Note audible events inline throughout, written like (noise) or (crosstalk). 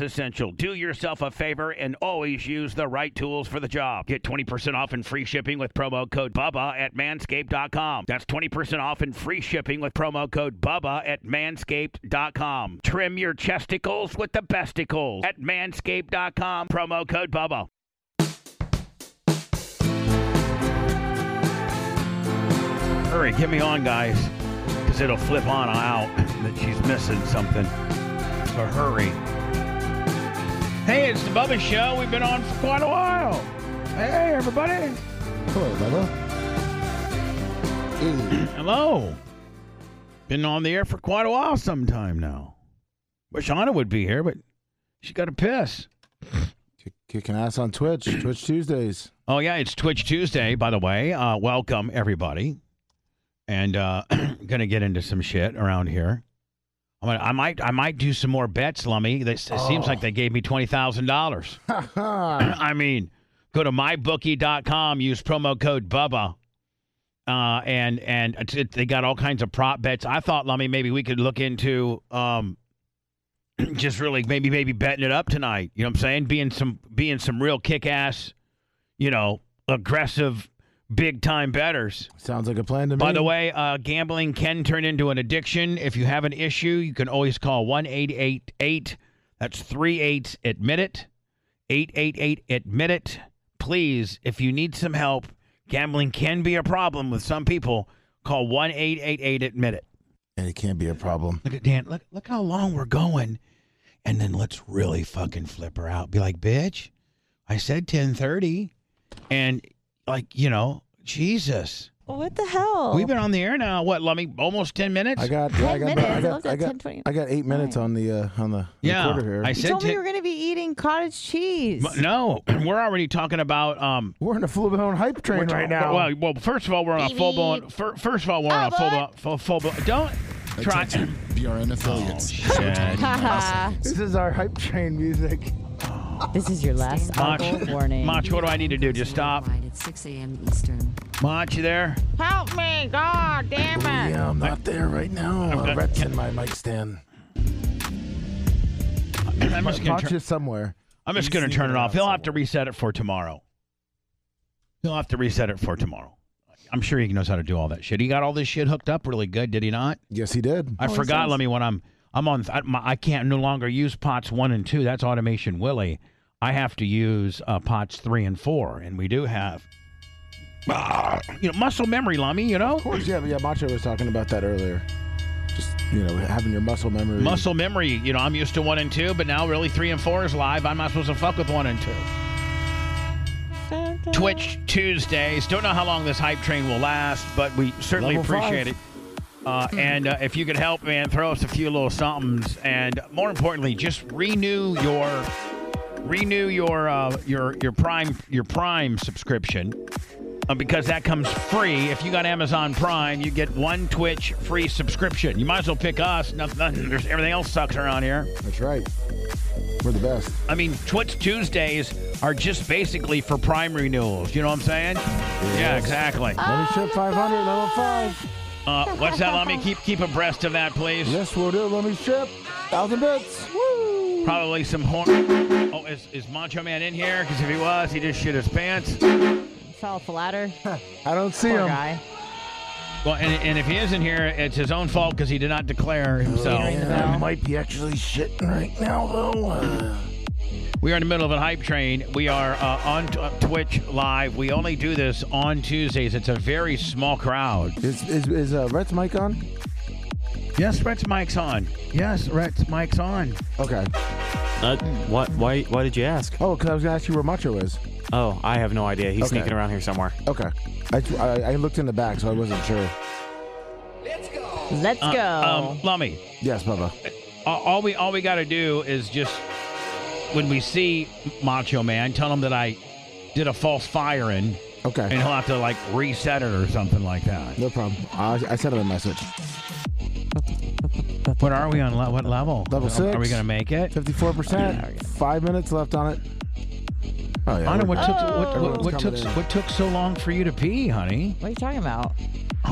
essential. Do yourself a favor and always use the right tools for the job. Get 20% off and free shipping with promo code BUBBA at manscaped.com. That's 20% off and free shipping with promo code BUBBA at manscaped.com. Trim your chesticles with the besticles at manscaped.com. Promo code BUBBA. Hurry, get me on, guys, because it'll flip on out that she's missing something. So hurry. Hey, it's the Bubba Show. We've been on for quite a while. Hey, everybody. Hello, Bubba. Hey. Hello. Been on the air for quite a while sometime now. Wish Anna would be here, but she got a piss. Kick- Kicking ass on Twitch, (clears throat) (laughs) Twitch Tuesdays. Oh, yeah, it's Twitch Tuesday, by the way. Uh, welcome, everybody. And uh, (clears throat) going to get into some shit around here. I, mean, I might I might do some more bets, Lummy. This, It seems like they gave me $20,000. Ha I mean, go to mybookie.com, use promo code Bubba, uh, and and it's- it, they got all kinds of prop bets. I thought, Lummy, maybe we could look into um, (clears throat) just really maybe maybe betting it up tonight. You know what I'm saying? Being some being some real kick ass, you know, aggressive, big time betters. Sounds like a plan to me. By the way, uh, gambling can turn into an addiction. If you have an issue, you can always call 1 888. That's three eights. Admit it. 888 Admit it. Please, if you need some help, gambling can be a problem with some people. Call 1 888 Admit it. and it can't be a problem. Look at Dan. Look, look how long we're going. And then let's really fucking flip her out. Be like, bitch, I said 1030. And like, you know, Jesus. What the hell? We've been on the air now, what, Lummy? Almost 10 minutes? Oh. I got, yeah, I got, minutes. I I got, looked I at got, 10:20. I got eight minutes on the uh, on the yeah, recorder here. I you said told me to- you were going to be eating cottage cheese. M- no, (clears throat) we're already talking about um. We're in a full blown hype train we're- right now. Well, well, first of all, we're on a full blown. Baby. Fir- first of all, we're on a full blown. Full, full blown. Don't try. Attention, BRN affiliates. (laughs) shit. Haha. Oh, this is our hype train music. this is your last Mach, uncle warning. Mach, what do I need to do? Just stop. Right at 6 a.m. Eastern. Mach, you there? (clears throat) Help me, God damn it! Yeah, I'm not there right now. Uh, Rhett's in my mic stand. I'm just gonna. Mach Turn, is somewhere. I'm just gonna turn it off. He'll have to reset it for tomorrow. He'll have to reset it for tomorrow. I'm sure he knows how to do all that shit. He got all this shit hooked up really good, did he not? Yes, he did. I forgot, let me when I'm I'm on I, my, I can't no longer use pots 1 and 2. That's automation Willie. I have to use uh, pots 3 and 4 and we do have Ah, you know muscle memory lummy, you know? Of course, yeah, but yeah, Macho was talking about that earlier. Just you know, having your muscle memory. Muscle memory, you know, I'm used to one and two, but now really three and four is live. I'm not supposed to fuck with one and two. Twitch Tuesdays. Don't know how long this hype train will last, but we certainly Level appreciate five. Hmm. it. Uh, and uh, if you could help, man, throw us a few little somethings, and more importantly, just renew your renew your uh, your your prime your prime subscription uh, because that comes free. If you got Amazon Prime, you get one Twitch free subscription. You might as well pick us. Nothing, nothing, there's, everything else sucks around here. That's right. We're the best. I mean, Twitch Tuesdays are just basically for prime renewals. You know what I'm saying? Yeah, exactly. Let me ship 500, level 5. Uh, what's that? Let me keep keep abreast of that, please. Yes, we'll do. Let me ship. 1,000 bits. Woo! Probably some horn. Oh, is, is Macho Man in here? Because if he was, he just shit his pants. Fell off the ladder. Poor I don't see him. guy. Well, and, and if he isn't here, it's his own fault because he did not declare himself. I might be actually shitting right now, though. Hmm. We are in the middle of a hype train. We are uh, on t- uh, Twitch live. We only do this on Tuesdays. It's a very small crowd. Is, is, is uh, Rhett's mic on? Yes, Rhett's mic's on. Yes, Rhett's mic's on. Okay. Uh, what? Why? Why did you ask? Oh, because I was going to ask you where Macho is. Oh, I have no idea. He's Okay. sneaking around here somewhere. Okay. I, I, I looked in the back, so I wasn't sure. Let's go. Uh, Um, Lummy, Yes, Bubba. a- all we all we got to do is just when we see Macho Man, tell him that I did a false firing, and Okay. he'll have to like reset it or something like that. No problem. I, I sent him a message. What are we on? Le- what level? Level six. Are we gonna make it? 54%. Five minutes left on it. Oh, yeah. Anna, we're what good. took what, what, what Everyone's took coming in. what took so long for you to pee, honey? what are you talking about?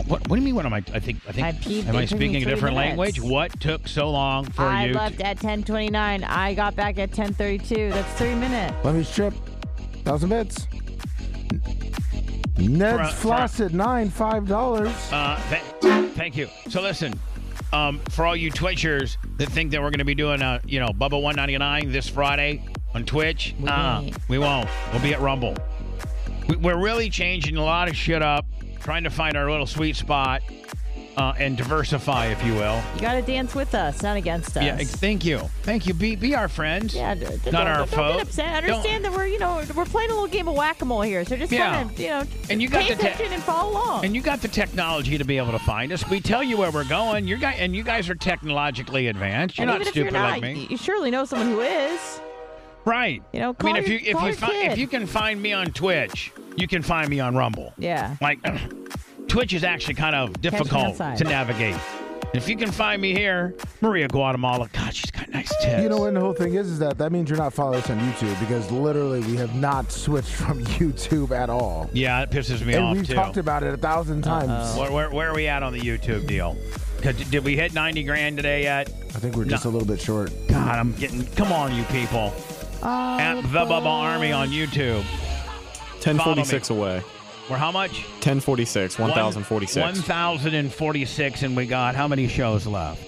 What, what do you mean? What am I? I think. I think. I peed- am I it took me speaking a 30 different minutes. language? What took so long for I you? to- left at 10:29. I got back at 10:32. That's three minutes. Let me strip. Thousand bits. Ned's Fro- Flossed, nine, five dollars. Uh, th- thank you. So listen, um, for all you Twitchers that think that we're going to be doing, uh, you know, Bubba One Ninety Nine this Friday on Twitch, We uh, won't. we won't. We'll be at Rumble. We- We're really changing a lot of shit up, trying to find our little sweet spot uh, and diversify, if you will. You gotta dance with us, not against us. Yeah. ex- Thank you. Thank you. Be be our friends. Yeah, d- d- Not don't, our don't fault. get upset. Don't- Understand that we're, you know, we're playing a little game of whack-a-mole here. So just Yeah. kind of, you know, And you got pay the te- attention and follow along. And you got the technology to be able to find us. We tell you where we're going. You guys and you guys are technologically advanced. You're And not even if stupid you're not, like me. y- you surely know someone who is. Right. You know, I mean, call if you your- if call you your fi- if kid. you can find me on Twitch, you can find me on Rumble. Yeah. Like, (clears throat) Twitch is actually kind of difficult outside. to navigate. If you can find me here, Maria Guatemala. God, she's got nice tits. You know what? And the whole thing is, is that that means you're not following us on YouTube because literally we have not (laughs) switched from YouTube at all. Yeah, it pisses me And off we've too. Uh, talked about it a thousand times. where, where, where are we at on the YouTube deal? 'Cause d- Did we hit 90 grand today yet? I think we're just No. a little bit short. God, I'm getting. Come on, you people. Oh, At the Bubba Army on YouTube. Ten forty-six away. We're how much? Ten forty-six. One thousand forty-six. 1,046, and we got how many shows left?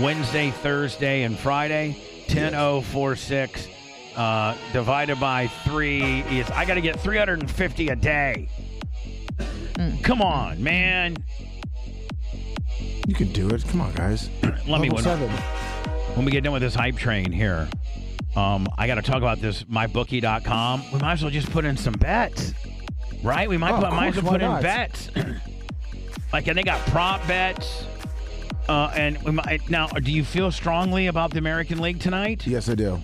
Wednesday, Thursday, and Friday. 10046 uh, divided by three is I got to get 350 a day. Hmm. Come on, man. You can do it. Come on, guys. (clears throat) Let me Level when, seven. when we get done with this hype train here. Um, I got to talk about this mybookie.com. We might as well just put in some bets, right? We might, Oh, of might as course, well put why in not? bets. (clears throat) like, and they got prop bets. Uh, and we might, now, do you feel strongly about the American League tonight? Yes, I do.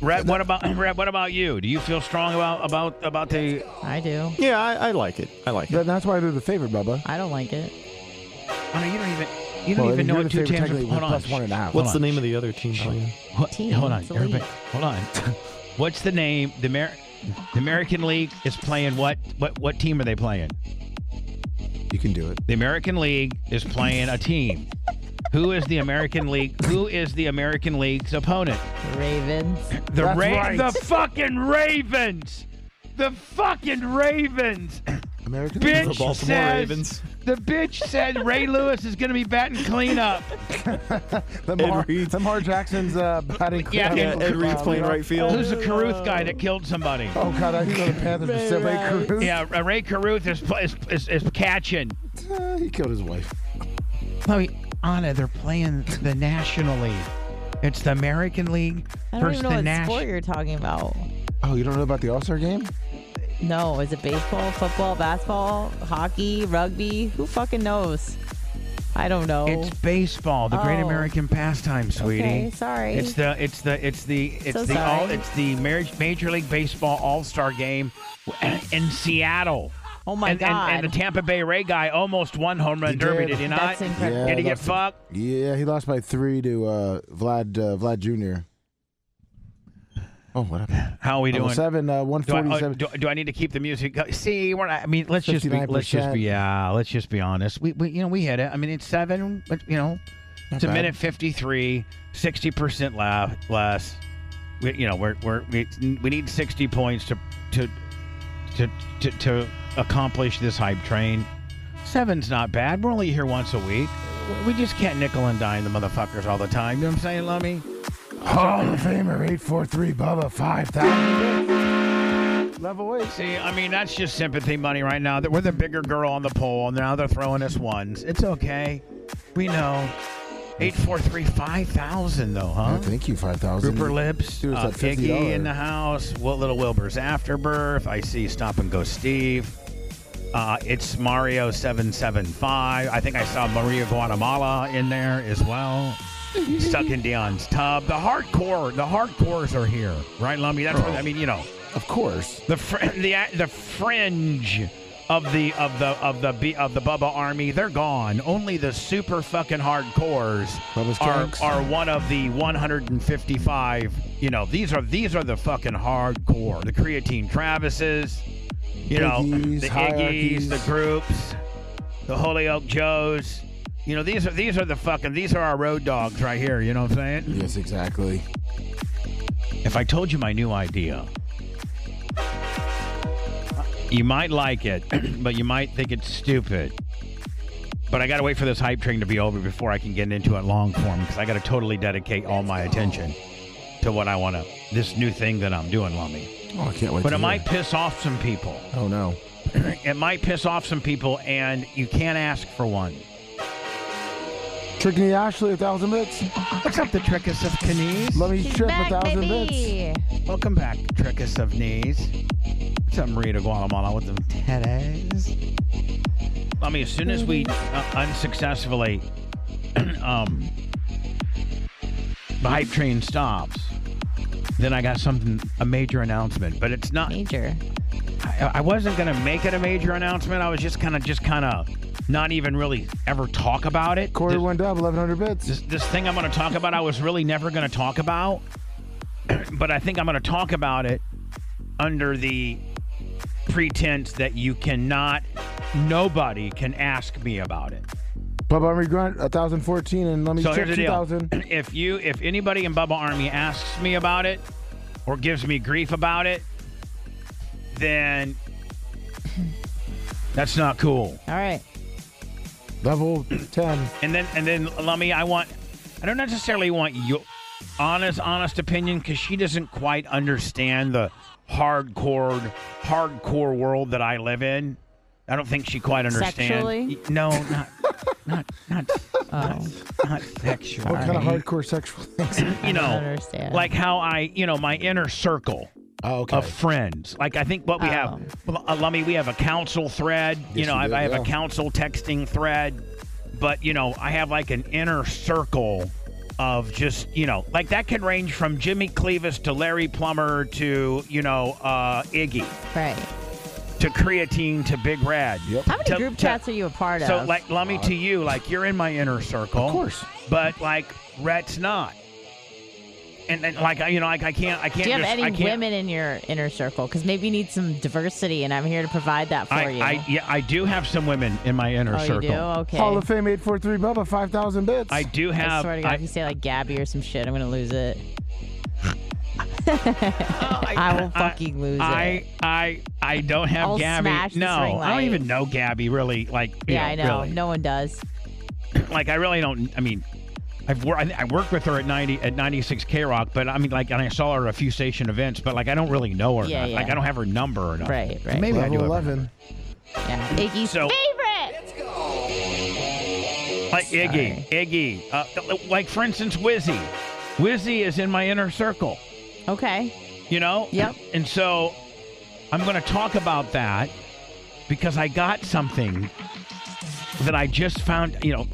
Rhett, what about (clears throat) Rhett, What about you? Do you feel strong about about about the? oh, I do. Yeah, I, I like it. I like it. That- that's why they're the favorite, Bubba. I don't like it. Oh, no, you don't even you don't Well, even know you're what the two favorite teams are. technically with Hold on. plus one and a half. What's hold the on. name of the other team? Brian? What- Team, hold on, it's the league. everybody. Hold on. (laughs) What's the name? The, Amer- the American League is playing what? What what team are they playing? You can do it. The American League is playing a team. Who is the American League? Who is the American League's opponent? Ravens. The That's Ra- right. the fucking Ravens. The fucking Ravens. American Bitch The Baltimore says, Ravens. The bitch said Ray Lewis is going to be batting cleanup. Lamar, Reed's- Lamar Jackson's uh, batting. Yeah, cleanup. Ed- Ed Reed's Uh, playing you know? right field. Who's the Caruth guy that killed somebody? Oh God, I killed the Panthers for so many crews. Yeah, Ray Caruth is, is, is, is catching. (laughs) he killed his wife. Chloe, Anna, they're playing the National League. It's the American League I don't versus even the know what sport National. you're talking about. Oh, you don't know about the All Star game? No, is it baseball, football, basketball, hockey, rugby? Who fucking knows? I don't know. It's baseball, the Great Oh. American Pastime, sweetie. okay, sorry. It's the it's the it's the it's So the all sorry. it's the marriage, Major League Baseball All Star Game in Seattle. oh my and, and- god. And, the Tampa Bay Ray guy almost won home run He derby, did. did he not? That's incredible. Yeah, did he get that's- fucked? Yeah, he lost by three to uh, Vlad uh, Vlad Jr. Oh, what happened? How are we doing? Seven, uh, one Do I, forty oh, seven. do, do I need to keep the music? go- See, we're not. I mean, let's just be. Let's just 59%. be. Yeah, let's just be honest. We, we you know, we hit it. I mean, it's seven. But you know, it's a bad. minute fifty-three. Sixty percent la- less. We, you know, we're we're we, we need sixty points to to to to, to accomplish this hype train. Seven's not bad. We're only here once a week. We just can't nickel and dime the motherfuckers all the time. You know what I'm saying, Lummy? Hall of Famer eight four three Bubba five thousand. Level eight. See, I mean, that's just sympathy money right now. That We're the bigger girl on the pole, and now they're throwing us ones. It's okay. We know. 843 5000, though, huh? Oh, Thank you, five thousand. Rupert Lips, Dude, it's uh, at $50. Iggy in the house, What Little Wilbur's Afterbirth. I see Stop and Go Steve. Uh, it's Mario 775. I think I saw Maria Guatemala in there as well. Stuck in Dion's tub. The hardcore, the hardcores are here, right, Lummy? That's what I mean, you know Of course. the fr- the the fringe of the of the of the B- of the Bubba Army. They're gone. Only the super fucking hardcores Bubba's are Cakes. are one of the 155. You know, these are these are the fucking hardcore. The creatine Travises, you know, Iggy's, the Iggy's, Hierarchies. the groups, the Holyoke Joes. You know, these are these are the fucking these are our road dogs right here. You know what I'm saying? Yes, exactly. If I told you my new idea, you might like it, (clears throat) but you might think it's stupid. But I got to wait for this hype train to be over before I can get into it long form because I got to totally dedicate all my attention to what I want to, this new thing that I'm doing, Lummy. Oh, I can't wait. But to it hear. might piss off some people. Oh no. It might piss off some people, and you can't ask for one. Trickney Ashley a thousand bits. What's up, the Trickus of Knees? Let me She's trip a back, thousand bits. baby. Welcome back, Trickus of Knees. What's up, Maria de Guatemala with them teddies? I mean, as soon as we uh, unsuccessfully, (clears throat) um, the hype train stops, then I got something, a major announcement. But it's not, Major. I, I wasn't going to make it a major announcement. I was just kind of, just kind of not even really ever talk about it. Corey Just- one dub, eleven hundred bits. this, this thing I'm going to talk about, I was really never going to talk about, (clears throat) but I think I'm going to talk about it under the pretense that you cannot, nobody can ask me about it. Bubba Army Grunt a thousand fourteen, and let me So trip here's the two deal: thousand. (clears throat) if you, if anybody in Bubba Army asks me about it or gives me grief about it, then that's not cool. All right. Level ten. And then and then Lummy, I want I don't necessarily want your honest honest opinion because she doesn't quite understand the hardcore hardcore world that I live in. I don't think she quite understands. Sexually? No, not not not uh, not, not sexually. What kind of hardcore sexual things? You I don't know, understand. like how I you know my inner circle (laughs) Oh, okay. Oh. of friends. Like I think what we have, uh, Lummy, we have a council thread. you Yes, know, we I, do, I have a yeah. council texting thread, but you know, I have like an inner circle of just you know, like that could range from Jimmy Clevis to Larry Plummer to you know uh, Iggy right. to Creatine to Big Rad. Yep. How many to- group to- chats are you a part So of? like Lummy to you, like you're in my inner circle, Of course. but like Rhett's not. And, and like I- you know, like I can't, I can't. do you have just, I any can't, women in your inner circle? Because maybe you need some diversity, and I'm here to provide that for I, you. I yeah, I do have some women in my inner oh, circle. you do? Okay. Hall of Fame eight four three Bubba five thousand bits. I do I have. swear to God, I- if you say like Gabby or some shit, I'm gonna (laughs) lose it. Oh, I, (laughs) I will fucking lose I, I I don't have I'll Gabby. smash this no, ring I don't light. even know Gabby really. Like you Yeah, I know. really. No one does. Like I really don't. I mean, I've wor- I, think I worked with her at ninety at ninety six K Rock, but I mean like and I saw her at a few station events, but like I don't really know her. Yeah, enough. yeah. Like I don't have her number or nothing. Right, right. Maybe I do. Level have her eleven. Yeah. Iggy's So- favorite. number. like Iggy, Iggy, uh, like for instance, Wizzy. Wizzy is in my inner circle. Okay. You know? Yep. And so I'm going to talk about that because I got something that I just found. You know,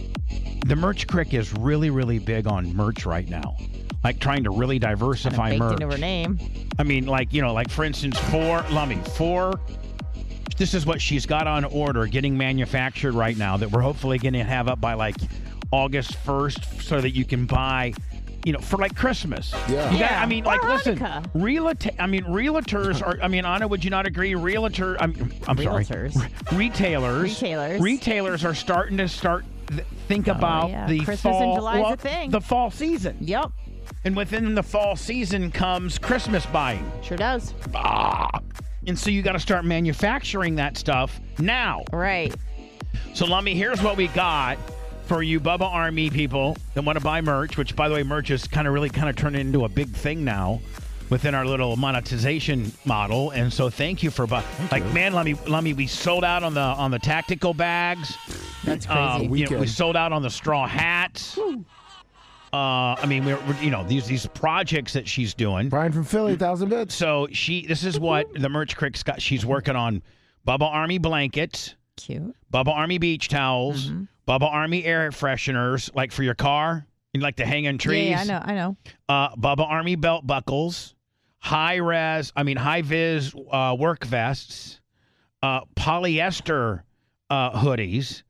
the merch crick is really, really big on merch right now. Like trying to really diversify Baked merch. into her name. I mean, like, you know, like for instance, four, let me, four. This is what she's got on order getting manufactured right now that we're hopefully going to have up by like August 1st so that you can buy, you know, for like Christmas. Yeah. You gotta- Yeah. I mean, Or like, listen, Hanukkah. realtor, I mean, realtors are, I mean, Anna, would you not agree? Realtor, I'm, I'm sorry. Realtors. Re- Retailers. Retailers. Oh, Retailers are starting to start, th- think about yeah. the Christmas in fall. July is a thing. The fall season. Yep. And within the fall season comes Christmas buying. Sure does. Ah. And so you got to start manufacturing that stuff now. Right. So, Lummy, here's what we got for you Bubba Army people that want to buy merch, which, by the way, merch is kind of really kind of turned into a big thing now within our little monetization model. And so thank you for bu- like man Lummy Lummy we sold out on the on the tactical bags. That's Uh, crazy. you know, we Weekend. sold out on the straw hats. Uh, I mean, we're, we're you know these these projects that she's doing. Brian from Philly, thousand bits. So she, this is what the merch crick's got. She's working on Bubba Army blankets, Cute. Bubba Army beach towels, Mm-hmm. Bubba Army air fresheners, like for your car, you like to hang in trees. Yeah, yeah, I know. I know. Uh, Bubba Army belt buckles, high res, I mean high vis uh, work vests, uh, polyester uh, hoodies,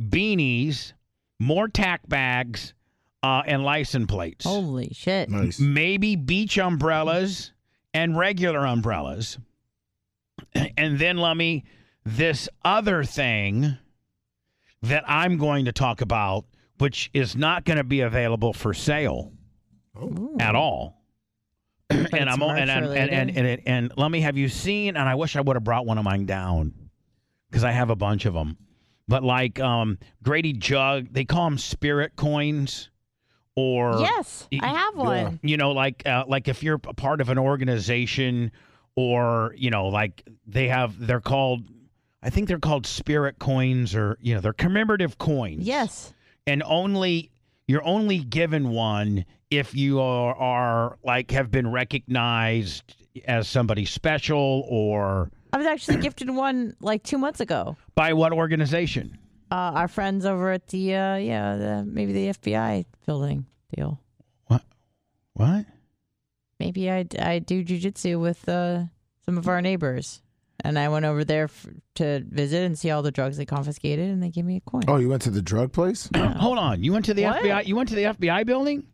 beanies, more tack bags, uh, and license plates Holy shit. Nice. maybe beach umbrellas and regular umbrellas. And then, Lummy, this other thing that I'm going to talk about, which is not going to be available for sale at all. (clears throat) and it's I'm and, I'm- and and and merch-related. and, and Lummy, have you seen? And I wish I would have brought one of mine down because I have a bunch of them. But like um, Grady Jug, they call them spirit coins, or Yes, Y- I have one. you know like uh, like if you're a part of an organization or you know like they have they're called i think they're called spirit coins or you know they're commemorative coins Yes. and only you're only given one if you are, are like have been recognized as somebody special or I (clears throat) was actually gifted one like two months ago. by what organization Uh, our friends over at the uh, yeah, the, maybe the FBI building deal. what Maybe I, I do jujitsu with uh, some of our neighbors, and I went over there f- to visit and see all the drugs they confiscated, and they gave me a coin. Oh, you went to the drug place? hold on you went to the What? fbi you went to the fbi building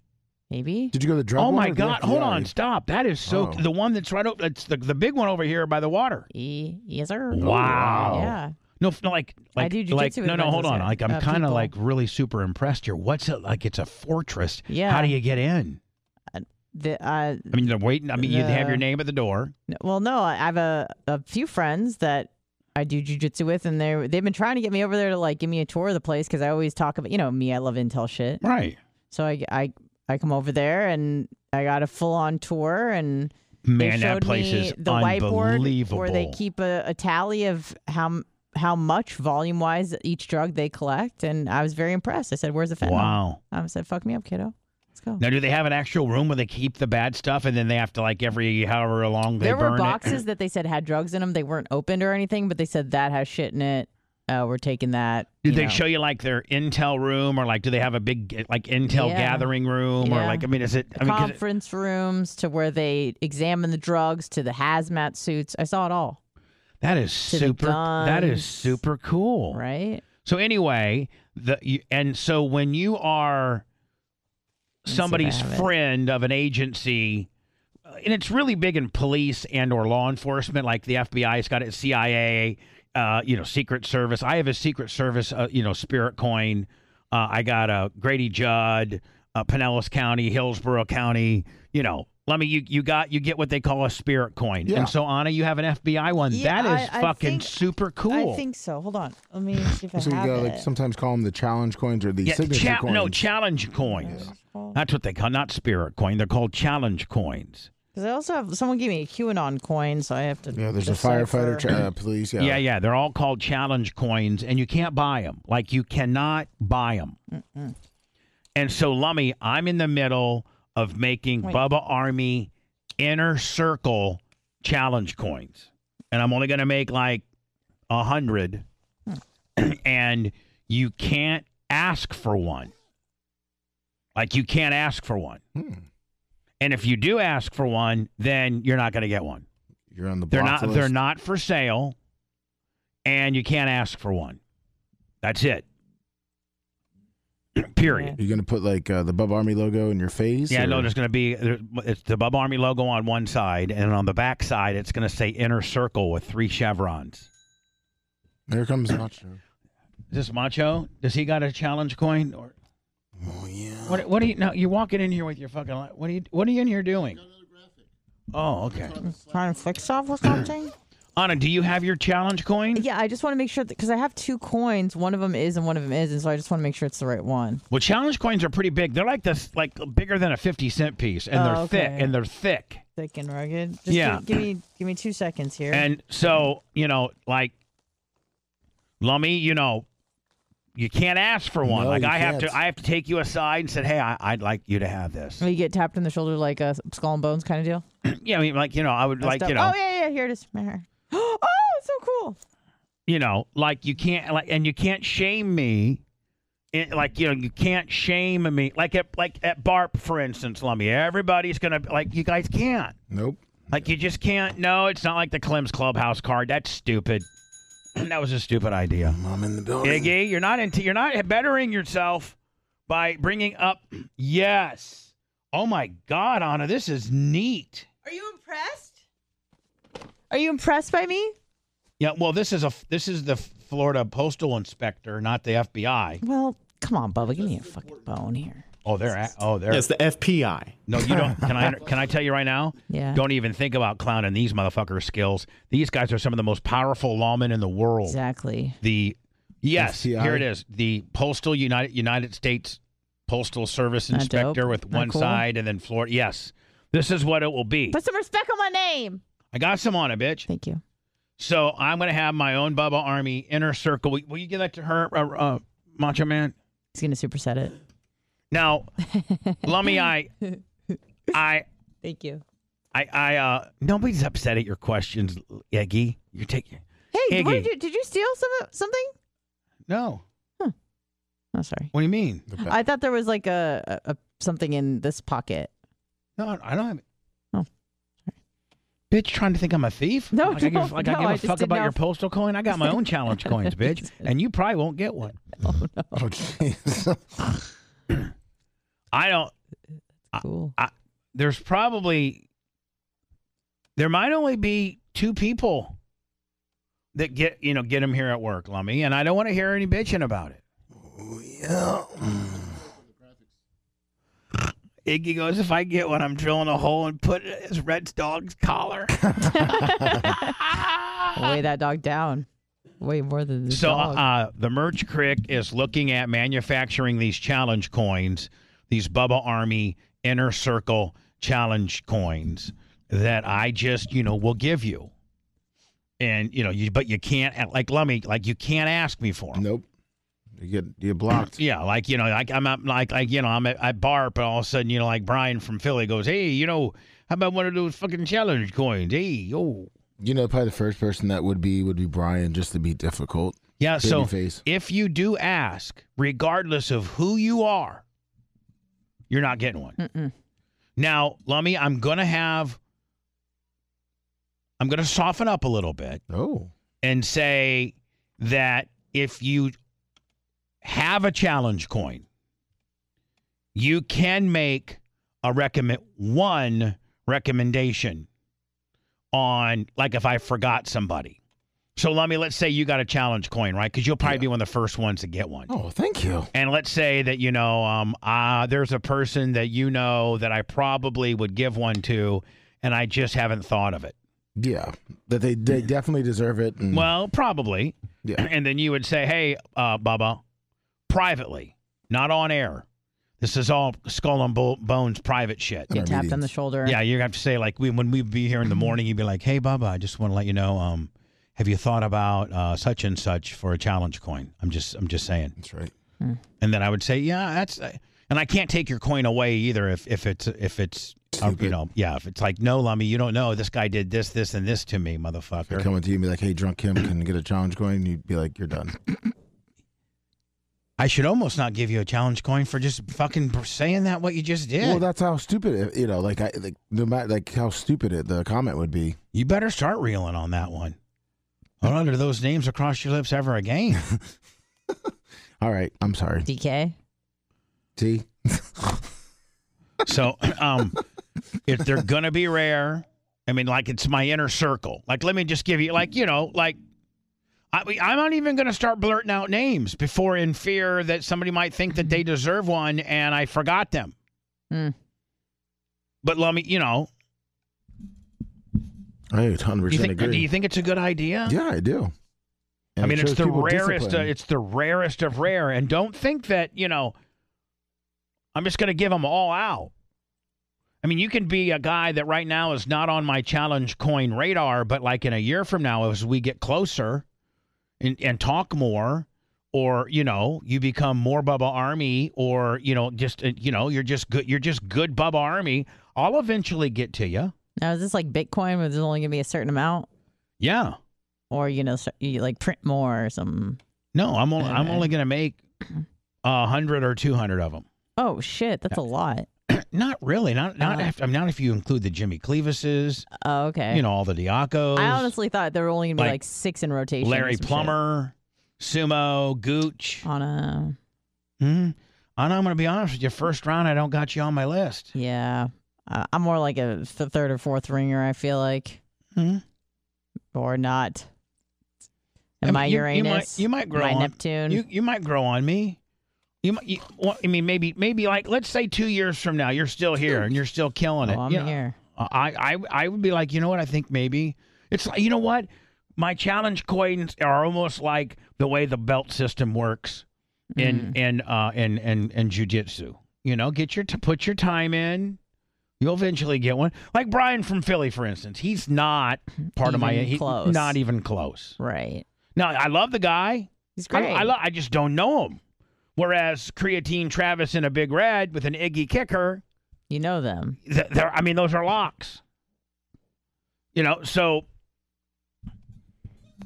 Maybe Did you go to the drug? oh one my or the god hold FBI? on stop that is so Oh. the one that's right over that's the, the big one over here by the water E- yes, sir. Wow. Yeah. No, f- no, like, like, I do jujitsu like, with no, no, my hold on. sister, Like, I'm uh, kind of people. like really super impressed here. What's it like? It's a fortress. Yeah. How do you get in? The, I uh, mean, they're waiting. I mean, you have your The- name at the door. N- Well, no, I I have a, a few friends that I do jujitsu with, and they they've been trying to get me over there to like give me a tour of the place because I always talk about you know me, I love intel shit. Right. So I I, I come over there and I got a full on tour and they Man, that showed place me is the unbelievable. whiteboard where they keep a, a tally of how m- how much volume wise each drug they collect, and I was very impressed. I said, "Where's the fentanyl?" Wow. I said, "Fuck me up, kiddo. Let's go." Now, do they have an actual room where they keep the bad stuff and then they have to, like, every however long they there burn were it? boxes that they said had drugs in them. They weren't opened or anything, but they said that has shit in it. Uh, we're taking that. Did you they know. show you, like, their intel room or, like, do they have a big, like, intel Yeah. gathering room or, Yeah. like, I mean, is it, I mean, 'cause it- conference rooms to where they examine the drugs to the hazmat suits? I saw it all. that is to the super, that is guns. super cool. Right? So anyway, the you, and so when you are see if I somebody's have it. friend of an agency, uh, and it's really big in police and or law enforcement, like the FBI's got it, CIA, uh, you know, Secret Service. I have a Secret Service, uh, you know, Spirit Coin. Uh, I got a Grady Judd, uh, Pinellas County, Hillsborough County. You know, let me you you got you get what they call a Spirit Coin, Yeah. and so Anna, you have an FBI one. Yeah, that is I- I fucking think- super cool. I think so. Hold on. Let me see if I So you have gotta, it. like sometimes call them the challenge coins or the Yeah, signature cha- coins. no challenge coins. That's what they call not spirit coin. They're called challenge coins. Because I also have someone gave me a QAnon coin, so I have to. Yeah, there's a decipher. firefighter, ch- uh, police. Yeah. Yeah, yeah. They're all called challenge coins, and you can't buy them. Like you cannot buy them. And so, Lummy, I'm in the middle of making Wait. Bubba Army Inner Circle challenge coins, and I'm only going to make like a hundred. (clears throat) and you can't ask for one. Like you can't ask for one. And if you do ask for one, then you're not going to get one. You're on the They're blocked not list. they're not for sale and you can't ask for one. That's it. (clears throat) Period. You're gonna put like uh, the Bub Army logo in your face. Yeah, or- no, there's going to be there- it's the Bub Army logo on one side and on the back side it's going to say inner circle with three chevrons. There comes Nacho. Is this Macho? Does he got a challenge coin or Oh yeah. what what are you now you're walking in here with your fucking li- what are you what are you in here doing? Oh, okay. Trying to fix off or (clears throat) something? Anna, do you have your challenge coin? yeah, I just want to make sure because I have two coins. One of them is and one of them isn't, so I just want to make sure it's the right one. Well, challenge coins are pretty big. They're like this, like bigger than a fifty cent piece, and they're Oh, okay. thick, and they're thick. Thick and rugged. Just Yeah. Give, give me, give me two seconds here. And so, you know, like Lummy, you know, you can't ask for one. No, like you I have can't. to I have to take you aside and said, Hey, I, I'd like you to have this. Will you get tapped in the shoulder like a skull and bones kind of deal? yeah, I mean like, you know, I would That like, stuff? you know Oh yeah, yeah. Here (gasps) it is. My hair. Oh, it's so cool. you know, like you can't like and you can't shame me. It, like you know, you can't shame me. Like at like at Barp, for instance, Lummy. Everybody's gonna like you guys can't. Nope. Like you just can't. No, it's not like the Clem's Clubhouse card. That's stupid. (clears throat) that was a stupid idea. I'm in the building. Iggy, you're not into. You're not bettering yourself by bringing up. Yes. Oh my God, Anna, this is neat. Are you impressed? Are you impressed by me? Yeah. Well, this is a. This is the Florida Postal Inspector, not the FBI. Well, come on, Bubba, give me a fucking bone here. Oh, they're. At, oh, they're. Yeah, it's the FPI. No, you don't. Can I? Can I tell you right now? Yeah. Don't even think about clowning these motherfuckers' skills. These guys are some of the most powerful lawmen in the world. Exactly. the yes STI? here it is the postal united united states postal service Isn't that dope? inspector with Isn't that one cool? side and then florida yes this is what it will be Put some respect on my name. i got some on it bitch Thank you. so i'm gonna have my own bubba army inner circle will, will you give that to her uh, uh, macho man He's gonna superset it. (laughs) now lummy i i Thank you. i i uh nobody's upset at your questions eggy you're taking Hey, what did Iggy. you did you steal some something? no Oh, sorry. what do you mean The ba- I thought there was like a, a, a something in this pocket. no i don't have Oh. Bitch, trying to think I'm a thief? No, like I no, give, like no, I give a I just fuck didn't about know your if- postal coin. I got (laughs) my own challenge coins, bitch, and you probably won't get one. oh jeez. (laughs) I don't. Ah. Cool. There's probably there might only be two people that get you know get them here at work, Lummy, and I don't want to hear any bitching about it. yeah. Iggy goes, if I get one, I'm drilling a hole and put it as Red's dog's collar. Weigh that dog down. Way more than the So dog. uh, the Merch Crick is looking at manufacturing these challenge coins, these Bubba Army Inner Circle challenge coins that I just you know will give you, and you know you but you can't like let me like you can't ask me for 'em. Nope. You get you get blocked. Yeah, like you know, like I'm at, like like you know, I'm at, at Barp, and all of a sudden, you know, like Brian from Philly goes, "Hey, you know, how about one of those fucking challenge coins?" Hey, yo, You know, probably the first person that would be would be Brian, just to be difficult. Yeah, so Babyface. if you do ask, regardless of who you are, you're not getting one. Now, Lummy, I'm gonna have I'm gonna soften up a little bit Oh. and say that if you have a challenge coin, you can make a recommend one recommendation on like if I forgot somebody. So let me let's say you got a challenge coin, right? Because you'll probably be one of the first ones to get one. Oh, thank you. And let's say that you know, um, uh, there's a person that you know that I probably would give one to, and I just haven't thought of it. Yeah. That they they definitely deserve it. And, Well, probably. Mm. (clears throat) Yeah. And then you would say, hey, uh, Bubba, privately, not on air, This is all skull and bo- bones private shit. Yeah. Mm-hmm. Get tapped on the Intermediates. shoulder. Yeah, you're gonna have to say like we, when we'd be here in the morning, you'd be like, "Hey, Bubba, I just want to let you know, um, have you thought about uh, such and such for a challenge coin? I'm just, I'm just saying." That's right. And then I would say, "Yeah, that's," uh," and I can't take your coin away either if if it's if it's uh, you Stupid. know yeah if it's like no, Lummy, you don't know this guy did this this and this to me, If I motherfucker. come up to you and be like, "Hey, drunk Kim, can you get a challenge going?" You'd be like, "You're done." I should almost not give you a challenge coin for just fucking saying that what you just did. Well, that's how stupid it, you know, like I like no matter like how stupid it the comment would be. You better start reeling on that one. Don't under those names across your lips ever again. (laughs) All right, I'm sorry. DK. See, So, um, if they're gonna be rare, I mean, like it's my inner circle. Like, let me just give you, like, you know, like, I, I'm not even gonna start blurting out names before in fear that somebody might think that Mm-hmm. they deserve one and I forgot them. Hmm. Mm. But let me, you know, I 100 you percent think, do agree. you think it's a good idea? yeah, I do. And I mean, it it's shows the people rarest. Uh, discipline. it's the rarest of rare, and don't think that you know. I'm just going to give them all out. I mean, you can be a guy that right now is not on my challenge coin radar, but like in a year from now, as we get closer and, and talk more, or you know, you become more Bubba Army, or you know, just uh, you know, you're just good. You're just good Bubba Army. I'll eventually get to you. Now is this like Bitcoin, where there's only gonna be a certain amount, Yeah. or you know, cer- you like print more or something? No, I'm only, I'm Okay. only going to make a hundred or two hundred of them. Oh shit, that's a lot. Not really. Not not Uh, if, I mean, not if you include the Jimmy Clevises, Oh, okay. you know, all the Diacos, I honestly thought there were only gonna be like, like, six in rotation. or Larry some shit. Oh. Plummer, Sumo, Gooch. On a hmm I know I'm going to be honest with you. First round, I don't got you on my list. yeah, I I'm more like a th- third or fourth ringer. I feel like, Hmm. or not. I And mean, my you- you might- Uranus, you might grow my on- Neptune. You you might grow on me. You, might, you well, I mean maybe maybe like let's say two years from now you're still here and you're still killing it. oh, I'm you know. here. I, I I would be like, you know what? I think maybe it's like, you know what? My challenge coins are almost like the way the belt system works Mm-hmm. in in uh in in in jujitsu. You know, get your to put your time in. You'll eventually get one. Like Brian from Philly, for instance, he's not part of my. Even he- close. Not even close. Right. Now I love the guy. He's I- great. I, lo- I just don't know him. Whereas creatine Travis in a big red with an Iggy kicker, you know them. th- they're, I mean, those are locks. You know, so,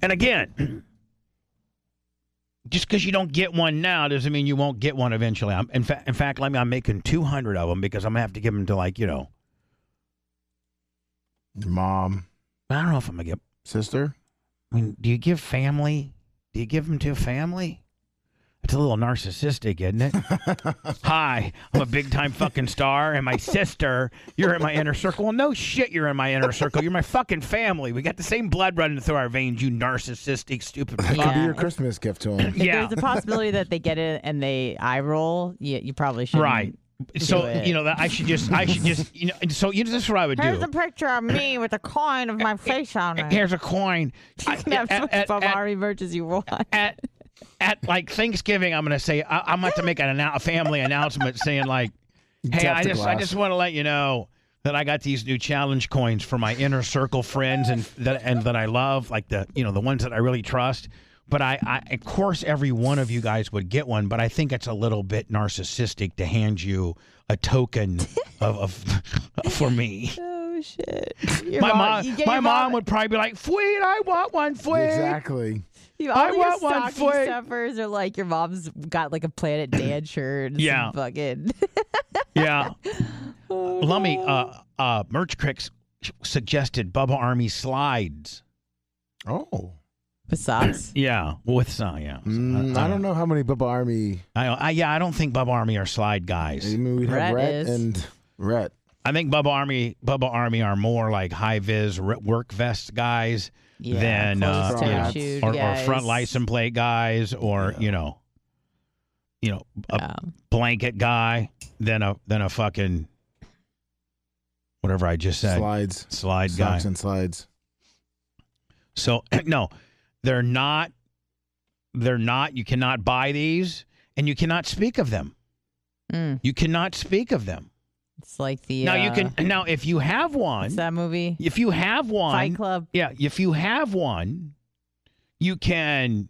and again, (clears throat) just because you don't get one now doesn't mean you won't get one eventually. I'm, in, fa- in fact, let me, I'm making 200 of them because I'm going to have to give them to, like, you know, Your mom, I don't know if I'm going to get, sister. I mean, do you give family? Do you give them to family? It's a little narcissistic, isn't it? Hi, I'm a big time fucking star, and my sister, you're in my inner circle. Well, no shit, you're in my inner circle. You're my fucking family. We got the same blood running through our veins, you narcissistic, stupid. That could be Yeah. your Christmas gift to him. (laughs) If Yeah. there's a possibility that they get it and they eye roll, you, you probably should. Right. So you know that I should just, I should just, you know. and So you know, this is what I would Here's do. a picture of me with a coin of my face on it. Here's a coin. (laughs) you can have as At- much at- Bob at- Marley merch as you want. at at like Thanksgiving, I'm gonna say I, I'm gonna have to make an annou- a family announcement saying like, "Hey, Tap I the just I glass. just want to let you know that I got these new challenge coins for my inner circle friends and that and that I love, like the you know the ones that I really trust." But I, I, of course, every one of you guys would get one. But I think it's a little bit narcissistic to hand you a (laughs) token of, of for me. (laughs) oh shit! Your my mom, you get my your mom, would probably be like, "Fweet, I want one, Fweet." Exactly. you- all I your want one stocking foot. stuffers are like your mom's got like (clears throat) a Planet Dad shirt. and some Yeah. (clears throat) fucking. (laughs) Yeah. Lummy, uh, uh, Merch Cricks suggested Bubba Army slides. Oh, With socks. Yeah, with some. Yeah, Mm, I don't know how many Bubba Army. I, I yeah, I don't think Bubba Army are slide I guys. mean, we Rhett have Rhett is. and Rhett. I think Bubba Army, Bubba Army are more like high vis work vest guys Yeah. than closed uh, close-toed you know, toed or, or guys. front license plate guys, or you know, you know, a Yeah. blanket guy than a than a fucking whatever I just said Slides, slide guy. socks, and slides. So (clears throat) no, they're not. They're not. You cannot buy these, and you cannot speak of them. Mm. You cannot speak of them. It's like the Now you uh, can now if you have one, What's that movie? if you have one, Fight Club. yeah, if you have one, you can